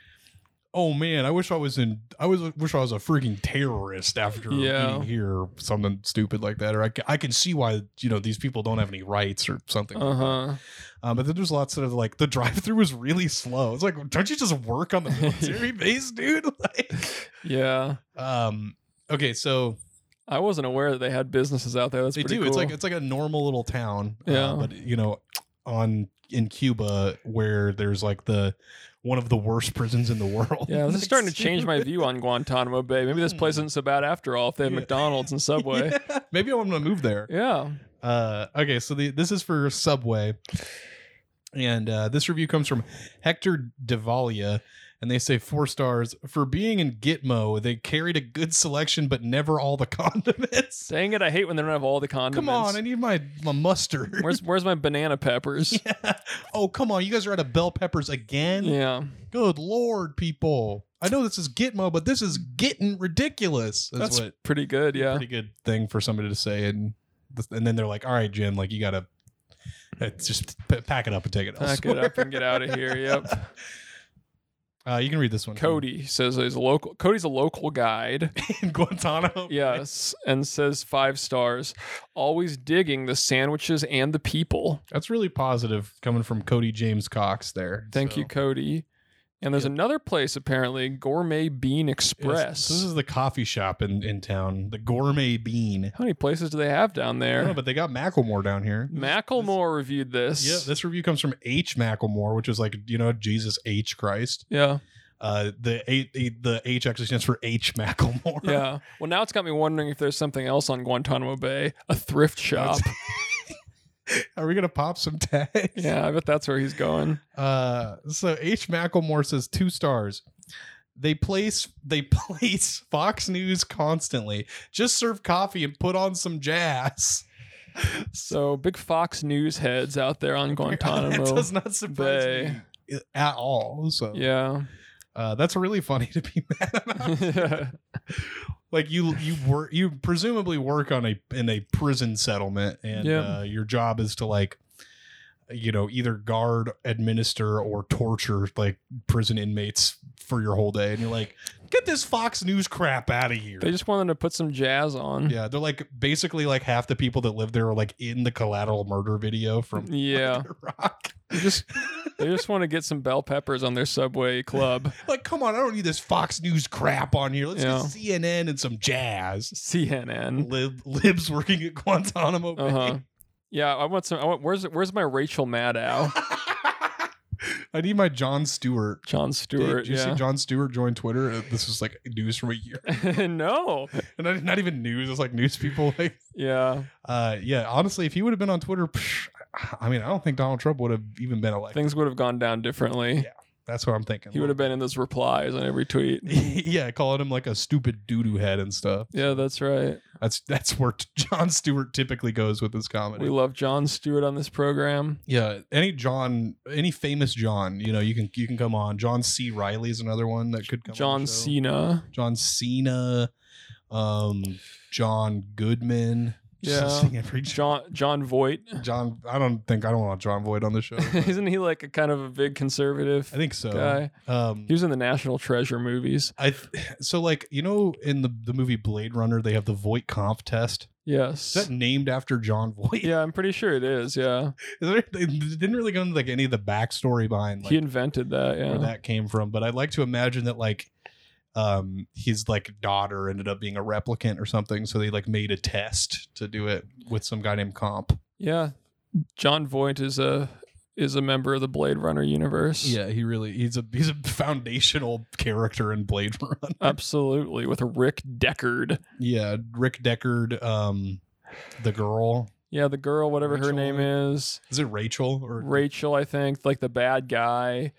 "Oh man, I wish I was in. I was wish I was a freaking terrorist after Yeah. eating here or something stupid like that." Or I, ca- I can see why you know these people don't have any rights or something. Uh huh. Um, but then there's lots that are like the drive-through was really slow. It's like, don't you just work on the military base, dude? Like, Yeah. um, okay, so I wasn't aware that they had businesses out there. That's they do. pretty It's cool. like it's like a normal little town. uh, Yeah. but you know, on in Cuba where there's like the one of the worst prisons in the world. yeah, this is Like, starting to change my view on Guantanamo Bay. Maybe this place isn't so bad after all if they have Hmm. Yeah. McDonald's and Subway. Yeah. Maybe I'm gonna move there. Yeah. Uh, okay, so the, this is for Subway. And uh, this review comes from Hector Devalia, and they say four stars for being in Gitmo. They carried a good selection, but never all the condiments. Dang it, I hate when they don't have all the condiments. Come on, I need my my mustard. Where's where's my banana peppers? Yeah. Oh, come on, you guys are out of bell peppers again. yeah. Good lord, people! I know this is Gitmo, but this is getting ridiculous. That's, That's what pretty good, yeah. pretty good thing for somebody to say, and and then they're like, "All right, Jim, like you gotta." uh, Just p- pack it up and take it. Pack it elsewhere." up and get out of here. Yep. Uh, you can read this one. Cody says he's a local Cody's a local guide. in Guantanamo. Yes, and says five stars. Always digging the sandwiches and the people. That's really positive coming from Cody James Cox there. Thank So- you, Cody. And there's Yep. another place apparently, Gourmet Bean Yes, Express. this is the coffee shop in, in town, the Gourmet Bean. How many places do they have down I don't know, there? but they got Macklemore down here. Macklemore reviewed this. Yeah, this review comes from H Macklemore, which is like you know Jesus H Christ. yeah, Uh, the A, the H actually stands for H Macklemore. yeah. Well, now it's got me wondering if there's something else on Guantanamo Bay, a thrift shop. Are we gonna pop some tags? yeah, I bet that's where he's going. Uh, so H. Macklemore says two stars. They place they place Fox News constantly. Just serve coffee and put on some jazz. So big Fox News heads out there on that Guantanamo. does not surprise Bay. me at all. So Yeah. uh, that's really funny to be mad about. like you you work you presumably work on a in a prison settlement, and Yeah. uh, your job is to like you know either guard, administer, or torture like prison inmates for your whole day, and you're like, get this Fox News crap out of here. they just wanted to put some jazz on. yeah, they're like basically like half the people that live there are like in the collateral murder video from Mm, Yeah. Under Rock. They just they just want to get some bell peppers on their subway club. Like, come on, I don't need this Fox News crap on here. Let's Yeah. Mm. get CNN and some jazz. CNN. Lib, libs working at Guantanamo Bay. Uh huh. Yeah, I want some. I want. Where's Where's my Rachel Maddow? I need my John Stewart. John Stewart. Did you see yeah. John Stewart join Twitter? Uh, This was like news from a year, no. and not, not even news. It's like news people. Like, Yeah. uh, yeah. Honestly, if he would have been on Twitter, psh, I mean, I don't think Donald Trump would have even been elected. Things would have gone down differently. Yeah. That's what I'm thinking. He would have been in those replies on every tweet. yeah, calling him like a stupid doo doo head and stuff. Yeah, that's right. That's that's where t- John Stewart typically goes with his comedy. We love John Stewart on this program. yeah, any John, any famous John, you know, you can you can come on. John C. Riley is another one that could come. on John the show. Cena. John Cena, um, John Goodman. Just Yeah. listing every John, John John Voight. John. I don't think I don't want John Voight on the show. but Isn't he like a kind of a big conservative I think so. guy? Um, He was in the National Treasure movies. I th- so like you know in the the movie Blade Runner they have the Voight Kampf test. Is Yes. that named after John Voight? yeah, I'm pretty sure it is. Yeah. Is there, they didn't really go into like any of the backstory behind like he invented that. Yeah. where that came from, but I'd like to imagine that like um his like daughter ended up being a replicant or something, so they like made a test to do it with some guy named Comp. Yeah. John Voight is a is a member of the Blade Runner universe. Yeah, he really he's a he's a foundational character in Blade Runner. Absolutely. With Rick Deckard. Yeah, Rick Deckard, um, the girl Yeah, the girl, whatever her Rachel, name is. is it Rachel or Rachel, I think, like the bad guy.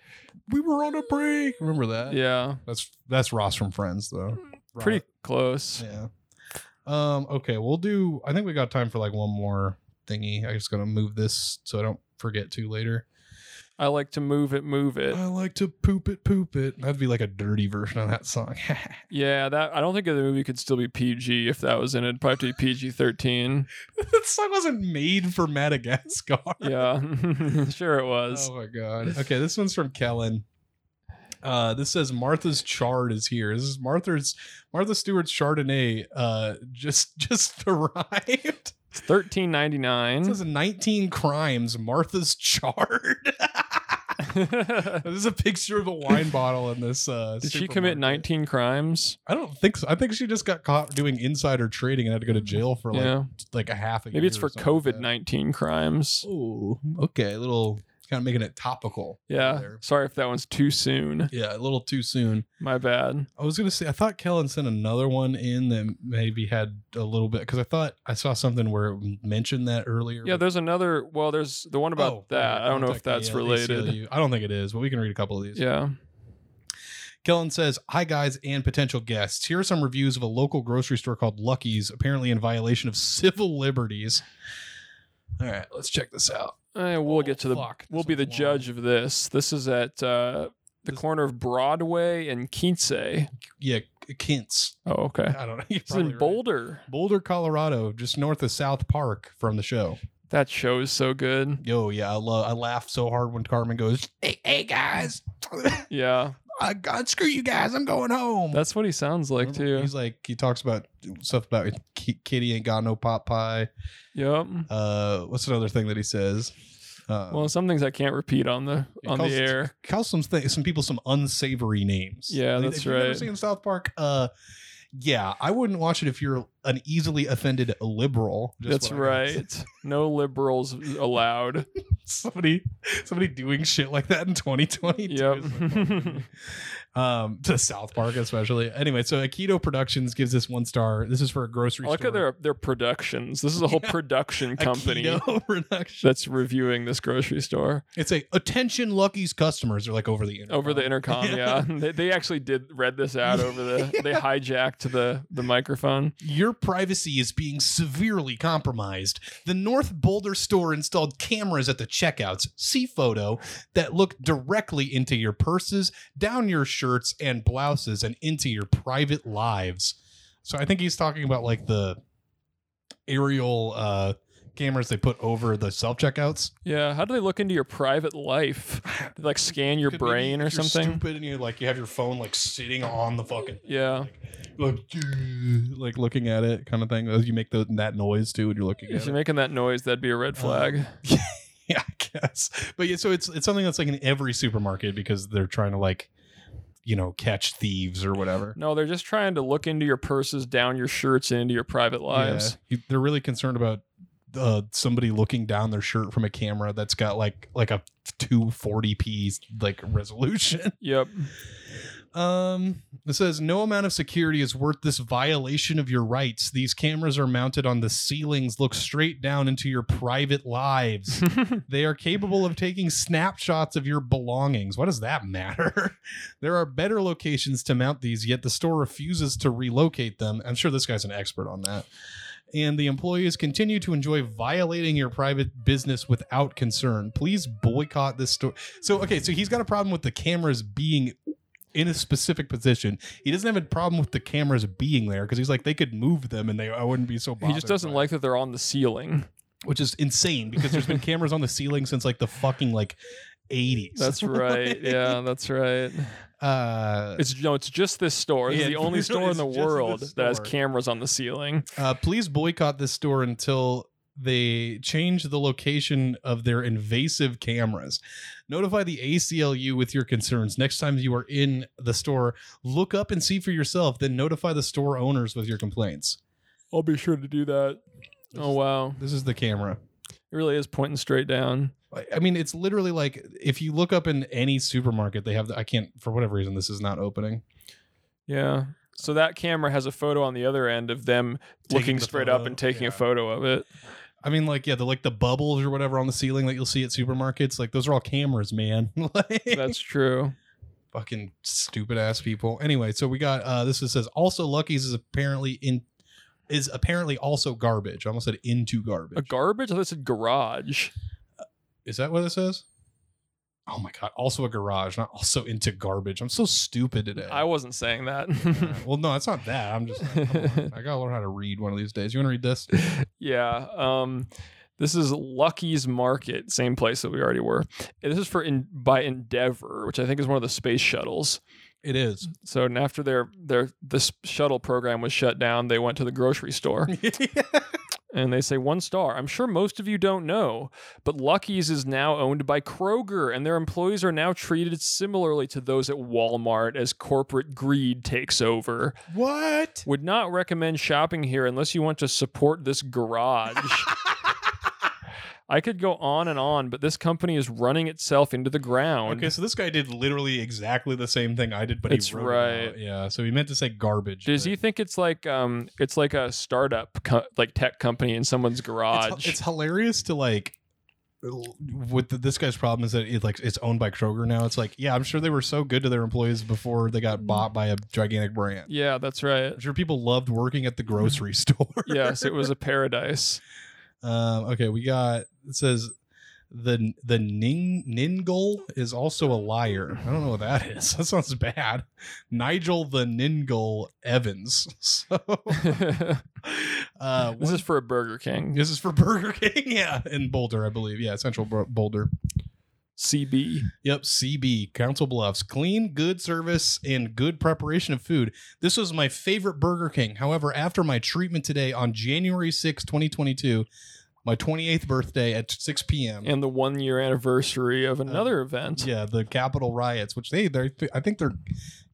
We were on a break. Remember that? Yeah. Mm, that's that's Ross from Friends though. Pretty close. Yeah. Um. Okay, we'll do. I think we got time for like one more thingy. I just gotta move this so I don't forget to later. I like to move it, move it. I like to poop it, poop it. That'd be like a dirty version of that song. Yeah, that I don't think the movie could still be PG if that was in it. It'd probably have to be PG thirteen. that song wasn't made for Madagascar. Yeah. sure it was. Oh my god. Okay, this one's from Kellen. Uh, this says Martha's chard is here. This is Martha's Martha Stewart's Chardonnay. Uh, just just arrived. It's thirteen ninety It nine. says 19 crimes. Martha's chard. this is a picture of a wine bottle in this. Uh, Did she commit supermarket. 19 crimes? I don't think so. I think she just got caught doing insider trading and had to go to jail for like Mm. yeah. like a half a year. Maybe it's for or something like COVID 19 crimes. that. Oh, okay. A little kind of making it topical. Yeah. there. Sorry if that one's too soon. Yeah, a little too soon. My bad. I was gonna say I thought Kellen sent another one in that maybe had a little bit because I thought I saw something where it mentioned that earlier. Yeah, but- there's another. Well, there's the one about Oh, that. yeah, I don't know if contact that's the, uh, related. ACLU. I don't think it is, but we can read a couple of these. Yeah. Kellen says, Hi, guys and potential guests. Here are some reviews of a local grocery store called Lucky's, apparently in violation of civil liberties. All right, let's check this out. Eh, we'll Oh, get to the. fuck, We'll this be the one's long. judge of this. This is at uh, the This- corner of Broadway and Quince. Oh, Yeah, Kint's. okay. I don't know. You're It's probably in right. Boulder. Boulder, Colorado, just north of South Park from the show. That show is so good. Yo, yeah, I love. I laugh so hard when Carmen goes, "Hey, hey guys, Yeah, I God, screw you guys, I'm going home." that's what he sounds like Remember, too. He's like he talks about stuff about ki- Kitty ain't got no pot pie. Yep. Uh, what's another thing that he says? Uh, Well, some things I can't repeat on the It on the calls- air. calls some things, some people some unsavory names. Yeah, Like, that's if you've Ever right. seen South Park? Uh, yeah, I wouldn't watch it if you're an easily offended liberal. Just That's what I gotta say. right. No liberals allowed. somebody, somebody doing shit like that in 2020. Yep. um, to South Park especially. Anyway, so Aikido Productions gives this one star. This is for a grocery I like how store. their their productions. This is a whole production company Aikido Productions. that's reviewing this grocery store It's a attention Lucky's customers are like over the internet. over the intercom. Yeah, they, they actually did read this out over the. They hijacked the the microphone. Your privacy is being severely compromised. The North Boulder store installed cameras at the checkouts, see photo, that look directly into your purses, down your shirts and blouses, and into your private lives. So I think he's talking about like the aerial uh, cameras they put over the self checkouts. Yeah, how do they look into your private life? They, like scan your Could maybe brain or if you're something. Stupid, and you like you have your phone like sitting on the fucking Yeah, like, like looking at it kind of thing. You make the, that noise too when you're looking at if it. you're making that noise, that'd be a red Um, flag. yeah, I guess. But yeah, so it's it's something that's like in every supermarket because they're trying to like, you know, catch thieves or whatever. No, they're just trying to look into your purses, down your shirts, and into your private lives. Yeah. They're really concerned about uh, somebody looking down their shirt from a camera that's got like like a 240p like resolution. Yep. Um, it says no amount of security is worth this violation of your rights. These cameras are mounted on the ceilings, look straight down into your private lives. They are capable of taking snapshots of your belongings. What does that matter? there are better locations to mount these, yet the store refuses to relocate them. I'm sure this guy's an expert on that. And the employees continue to enjoy violating your private business without concern. Please boycott this store. So, okay, so he's got a problem with the cameras being in a specific position. He doesn't have a problem with the cameras being there because he's like, they could move them and they I wouldn't be so bothered. he just doesn't by it like that they're on the ceiling. which is insane because there's been cameras on the ceiling since like the fucking like 80s. That's right. yeah, that's right. Uh, It's no, it's just this store. It's Yeah, the it only really store in is the just this world that has store. cameras on the ceiling. uh, please boycott this store until they change the location of their invasive cameras. Notify the ACLU with your concerns. Next time you are in the store, look up and see for yourself, then notify the store owners with your complaints. I'll be sure to do that. Oh wow, This is the camera. it really is pointing straight down. I- I mean, it's literally like if you look up in any supermarket, they have the, I can't, for whatever reason, this is not opening. Yeah. So that camera has a photo on the other end of them Taking looking the straight up photo, and taking a yeah. photo of it. I mean, like, yeah, the like the bubbles or whatever on the ceiling that you'll see at supermarkets, like those are all cameras, man. like, That's true. fucking stupid ass people. Anyway, so we got uh this is, says also Lucky's is apparently in is apparently also garbage. I almost said into garbage. A garbage? I thought it said garage. is that what it says? Oh my god, also a garage, not also into garbage. I'm so stupid today. I wasn't saying that. Alright, well, no, it's not that. I'm just I'm learning. I gotta learn how to read one of these days. You want to read this? Yeah. Um, this is Lucky's Market, same place that we already were. And This is for in, by Endeavour, which I think is one of the space shuttles. It is. So and after their their this shuttle program was shut down, they went to the grocery store and they say one star. I'm sure most of you don't know, but Lucky's is now owned by Kroger, and their employees are now treated similarly to those at Walmart as corporate greed takes over. what? Would not recommend shopping here unless you want to support this garage. I could go on and on, but this company is running itself into the ground. Okay, so this guy did literally exactly the same thing I did, but That's he wrote right. it out. Yeah, so he meant to say garbage. Does but he think it's like um it's like a startup co- like tech company in someone's garage? It's, it's hilarious to like. With the, this guy's problem is that it like it's owned by Kroger now. It's like, yeah, I'm sure they were so good to their employees before they got bought by a gigantic brand. yeah, that's right. I'm sure people loved working at the grocery store. Yes, it was a paradise. Um, okay, we got it says the the Ning Ningle is also a liar. I don't know what that is. That sounds bad. Nigel the Ningle Evans. So this uh what- is for a Burger King. this is for Burger King, yeah, in Boulder, I believe. Yeah, Central Bro- Boulder. CB. Yep, CB, Council Bluffs. Clean, good service, and good preparation of food. This was my favorite Burger King. However, after my treatment today on January 6, 2022, my 28th birthday at 6 p.m. and the one year anniversary of another event. Uh, Yeah, the Capitol riots, which they they I think they're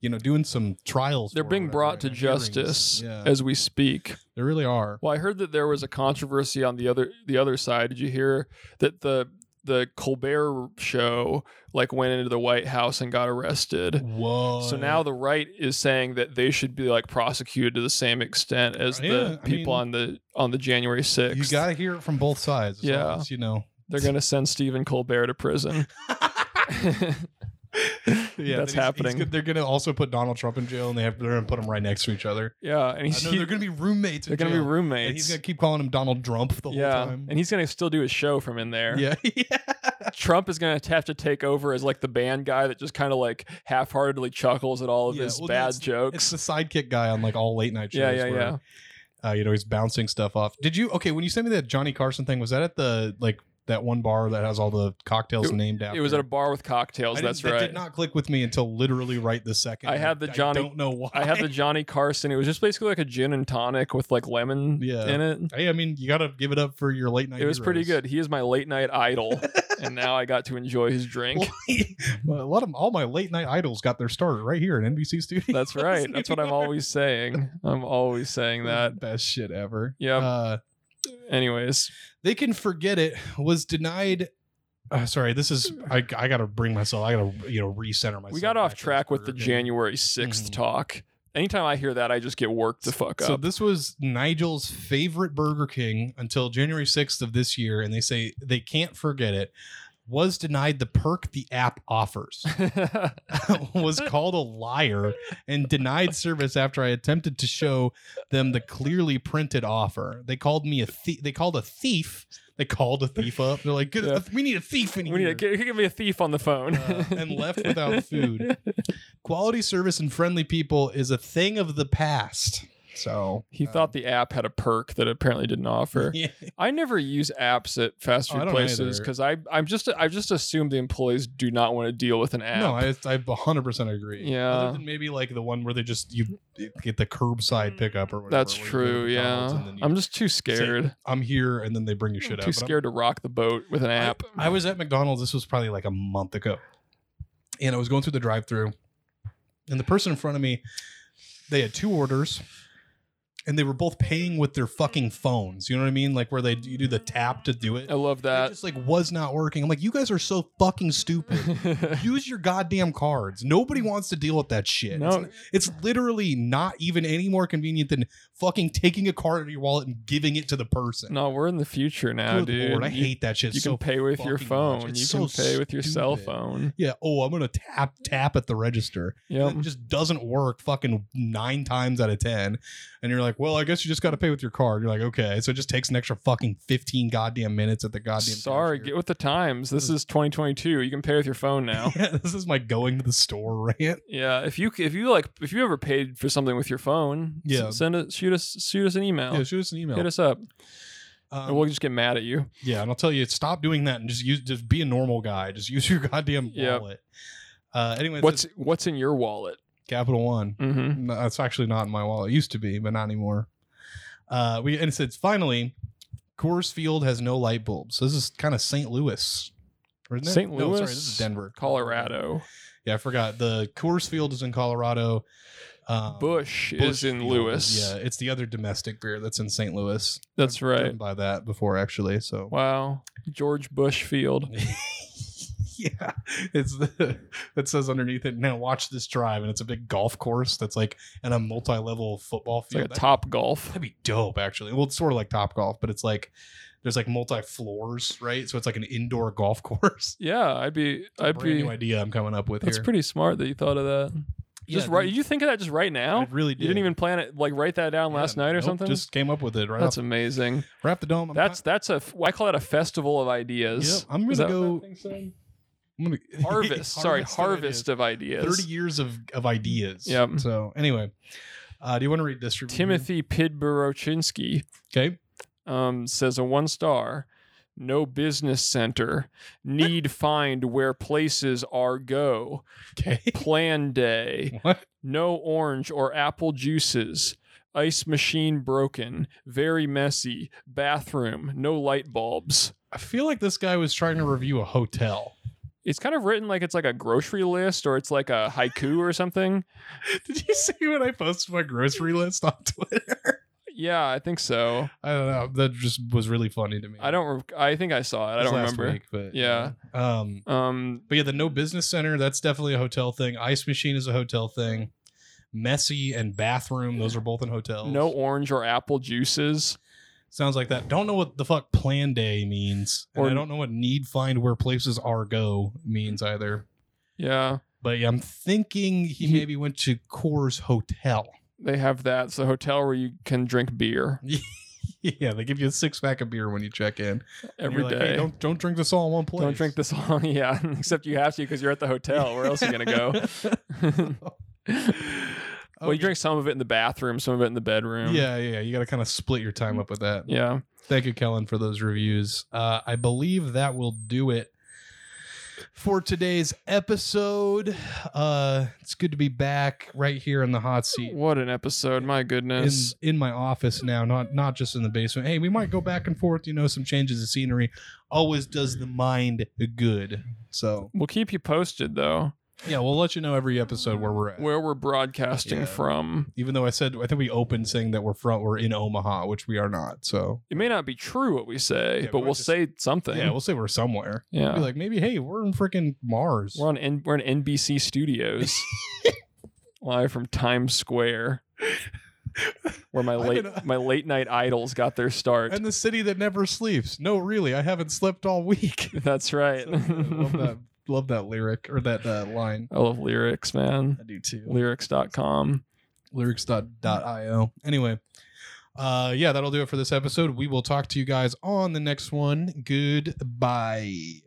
you know doing some trials. They're for being it right brought to now, hearings. justice Yeah, as we speak. they really are. Well, I heard that there was a controversy on the other the other side. Did you hear that the the Colbert show like went into the White House and got arrested? Whoa! So now the right is saying that they should be like prosecuted to the same extent as Yeah, the I people mean- on the on the January you 6th. got to hear it from both sides. as Yeah. long as you know. They're going to send Stephen Colbert to prison. Yeah, That's then he's- he's happening. good- they're going to also put Donald Trump in jail, and they have they're going to put him right next to each other. yeah, and I he's know they're going to be roommates. they're in going to be jail. roommates. And he's going to keep calling him Donald Trump the yeah, whole time. and he's gonna still do his show from in there. yeah, yeah. Trump is gonna have to take over as like the band guy that just kind of like half-heartedly chuckles at all of Yeah, his well, bad that's- It's jokes. the sidekick guy on like all late night shows. Yeah, yeah, where, yeah. uh, you know, he's bouncing stuff off. Did you okay when you sent me that Johnny Carson thing? Was that at the like that one bar that has all the cocktails named after? It was at a bar with cocktails. I didn't- That's that right. Did not click with me until literally right this second. I had the Johnny- I don't know why. I had the Johnny Carson. It was just basically like a gin and tonic with like lemon Yeah. in it. Hey, I mean, you gotta give it up for your late night. It was pretty heroes. good. He is my late night idol, and now I got to enjoy his drink. Well, a lot of all my late night idols got their start right here at NBC Studios. That's right. That's what I'm always saying. I'm always saying that. best shit ever. Yeah. Uh, Anyways, they can forget it was denied. Uh, sorry, this is I. I gotta bring myself. I gotta you know recenter myself. we got back off to track this with the Burger King. January 6th Mhm. talk. Anytime I hear that, I just get worked the fuck up. So this was Nigel's favorite Burger King until January 6th of this year, and they say they can't forget it. Was denied the perk the app offers. was called a liar and denied service after I attempted to show them the clearly printed offer. They called me a thief. They called a thief. They called a thief up. They're like, "Get- Yeah. we need a thief in we here. need to get, give me a thief on the phone Uh, and left without food. Quality service and friendly people is a thing of the past. So He um, thought the app had a perk that it apparently didn't offer. yeah. I never use apps at fast Oh, I food don't places either. because I I'm just I just assume the employees do not want to deal with an app. No, I I 100% agree. Yeah. Other than maybe like the one where they just you get the curbside pickup or whatever. That's where you go to true. McDonald's Yeah, and then you- I'm just too scared. I'm here and then they bring your shit out. too but I'm- scared to rock the boat with an I- app. I, was at McDonald's. This was probably like a month ago, and I was going through the drive-through, and the person in front of me, they had two orders, and they were both paying with their fucking phones. You know what I mean? Like where they you do the tap to do it. I It love that. just like was not working. I'm like, you guys are so fucking stupid. Use your goddamn cards. Nobody wants to deal with that shit. no, It's, it's literally not even any more convenient than fucking taking a card out of your wallet and giving it to the person. no, we're in the future now, Good dude. lord, I You- hate that shit You so can pay with your fucking much. phone. You It's can so pay with your cell stupid. phone. Yeah. Oh, I'm gonna tap tap at the register. Yep. It just doesn't work. Fucking nine times out of ten, and you're like, well, I guess you just got to pay with your card. You're like, okay, so it just takes an extra fucking fifteen goddamn minutes at the goddamn. Sorry, get cashier. with the times. This Hmm. is 2022. You can pay with your phone now. Yeah, this is my going to the store rant. yeah, if you if you like if you ever paid for something with your phone, s- Yeah. send us shoot us shoot us an email. Yeah, shoot us an email. Hit us up, Um, and we'll just get mad at you. yeah, and I'll tell you, stop doing that and just use, just be a normal guy. Just use your goddamn Yeah. wallet. Uh, anyway, it What's says what's in your wallet? Capital One? Mm-hmm. No, that's actually not in my wallet. It used to be, but not anymore. Uh, we and it says finally, Coors Field has no light bulbs. So this is kind of St. Louis. Or isn't it? St. No, Louis, sorry, this is Denver, Colorado. Yeah, I forgot. The Coors Field is in Colorado. Um, Bush, is in Field. Lewis. Yeah, it's the other domestic beer that's in St. Louis. That's I've driven right. By that before actually. So Wow. George Bush Field. yeah, it's the it says underneath it. Now watch this drive, and it's a big golf course that's like and a multi-level football It's like field. a top golf. That'd be dope, actually. Well, it's sort of like Top Golf, but it's like there's like multi floors, right? So it's like an indoor golf course. Yeah, I'd be A I'd brand be new idea I'm coming up with That's here. pretty smart that you thought of that. just Yeah, right dude, you think of that just right now? I really did. You didn't even plan it like write that down Yeah, last night or nope, something? Just came up with it right That's off. amazing. Wrap the dome. I'm That's that's a f- I call that a festival of not- ideas. Yep, I'm gonna Is that go. what that thing said? I'm gonna, harvest. Sorry, of harvest of ideas. Thirty ideas. years of of ideas. Yep. So anyway, uh, do you want to read this? review? Timothy Pidborochinsky. Okay. um, says a one star. No business center. Need find where places are go. Okay. Plan day. What? No orange or apple juices. Ice machine broken. Very messy. Bathroom. No light bulbs. I feel like this guy was trying to review a hotel. It's kind of written like it's like a grocery list or it's like a haiku or something. Did you see when I posted my grocery list on Twitter? Yeah, I think so. I don't know. That just was really funny to me. I don't. Re- I think I saw it. I It was don't last remember. week, but Yeah. yeah. Um. Um. But yeah, the no business center. That's definitely a hotel thing. Ice machine is a hotel thing. Messy and bathroom. Those are both in hotels. No orange or apple juices. Sounds like that. Don't know what the fuck plan day means, and Or- I don't know what need find where places are go means either. Yeah. But yeah, I'm thinking he He- maybe went to Coors Hotel. they have that. It's a hotel where you can drink beer yeah, they give you a six pack of beer when you check in And every you're day. like, "Hey, don't, don't don't drink this all in one place. drink this on, yeah. Except you have to because you're at the hotel. Where else are you gonna go? Well, you Okay. drink some of it in the bathroom, some of it in the bedroom. Yeah, yeah. You got to kind of split your time up with that. yeah. Thank you, Kellen, for those reviews. Uh, I believe that will do it for today's episode. Uh, it's good to be back right here in the hot seat. What an episode! My In, goodness. in my office now, not not just in the basement. Hey, we might go back and forth, you know, some changes of scenery. Always does the mind good. So We'll keep you posted though yeah, we'll let you know every episode where we're at. where we're broadcasting Yeah. from. Even though I said I think we opened saying that we're front we're in Omaha, which we are not. So It may not be true what we say, Yeah, but we're we'll just- say something. yeah, we'll say we're somewhere. Yeah. Be like maybe hey, we're in freaking Mars. we're on N- we're in NBC Studios, live from Times Square, where my I've late been- my late night idols got their start. and the city that never sleeps. No, really, I haven't slept all week. That's right. So good. love that. Love that lyric or that uh, line. I love lyrics, man. do too. Lyrics.com. Lyrics.io. Anyway, uh, yeah, that'll do it for this episode. We will talk to you guys on the next one. Goodbye.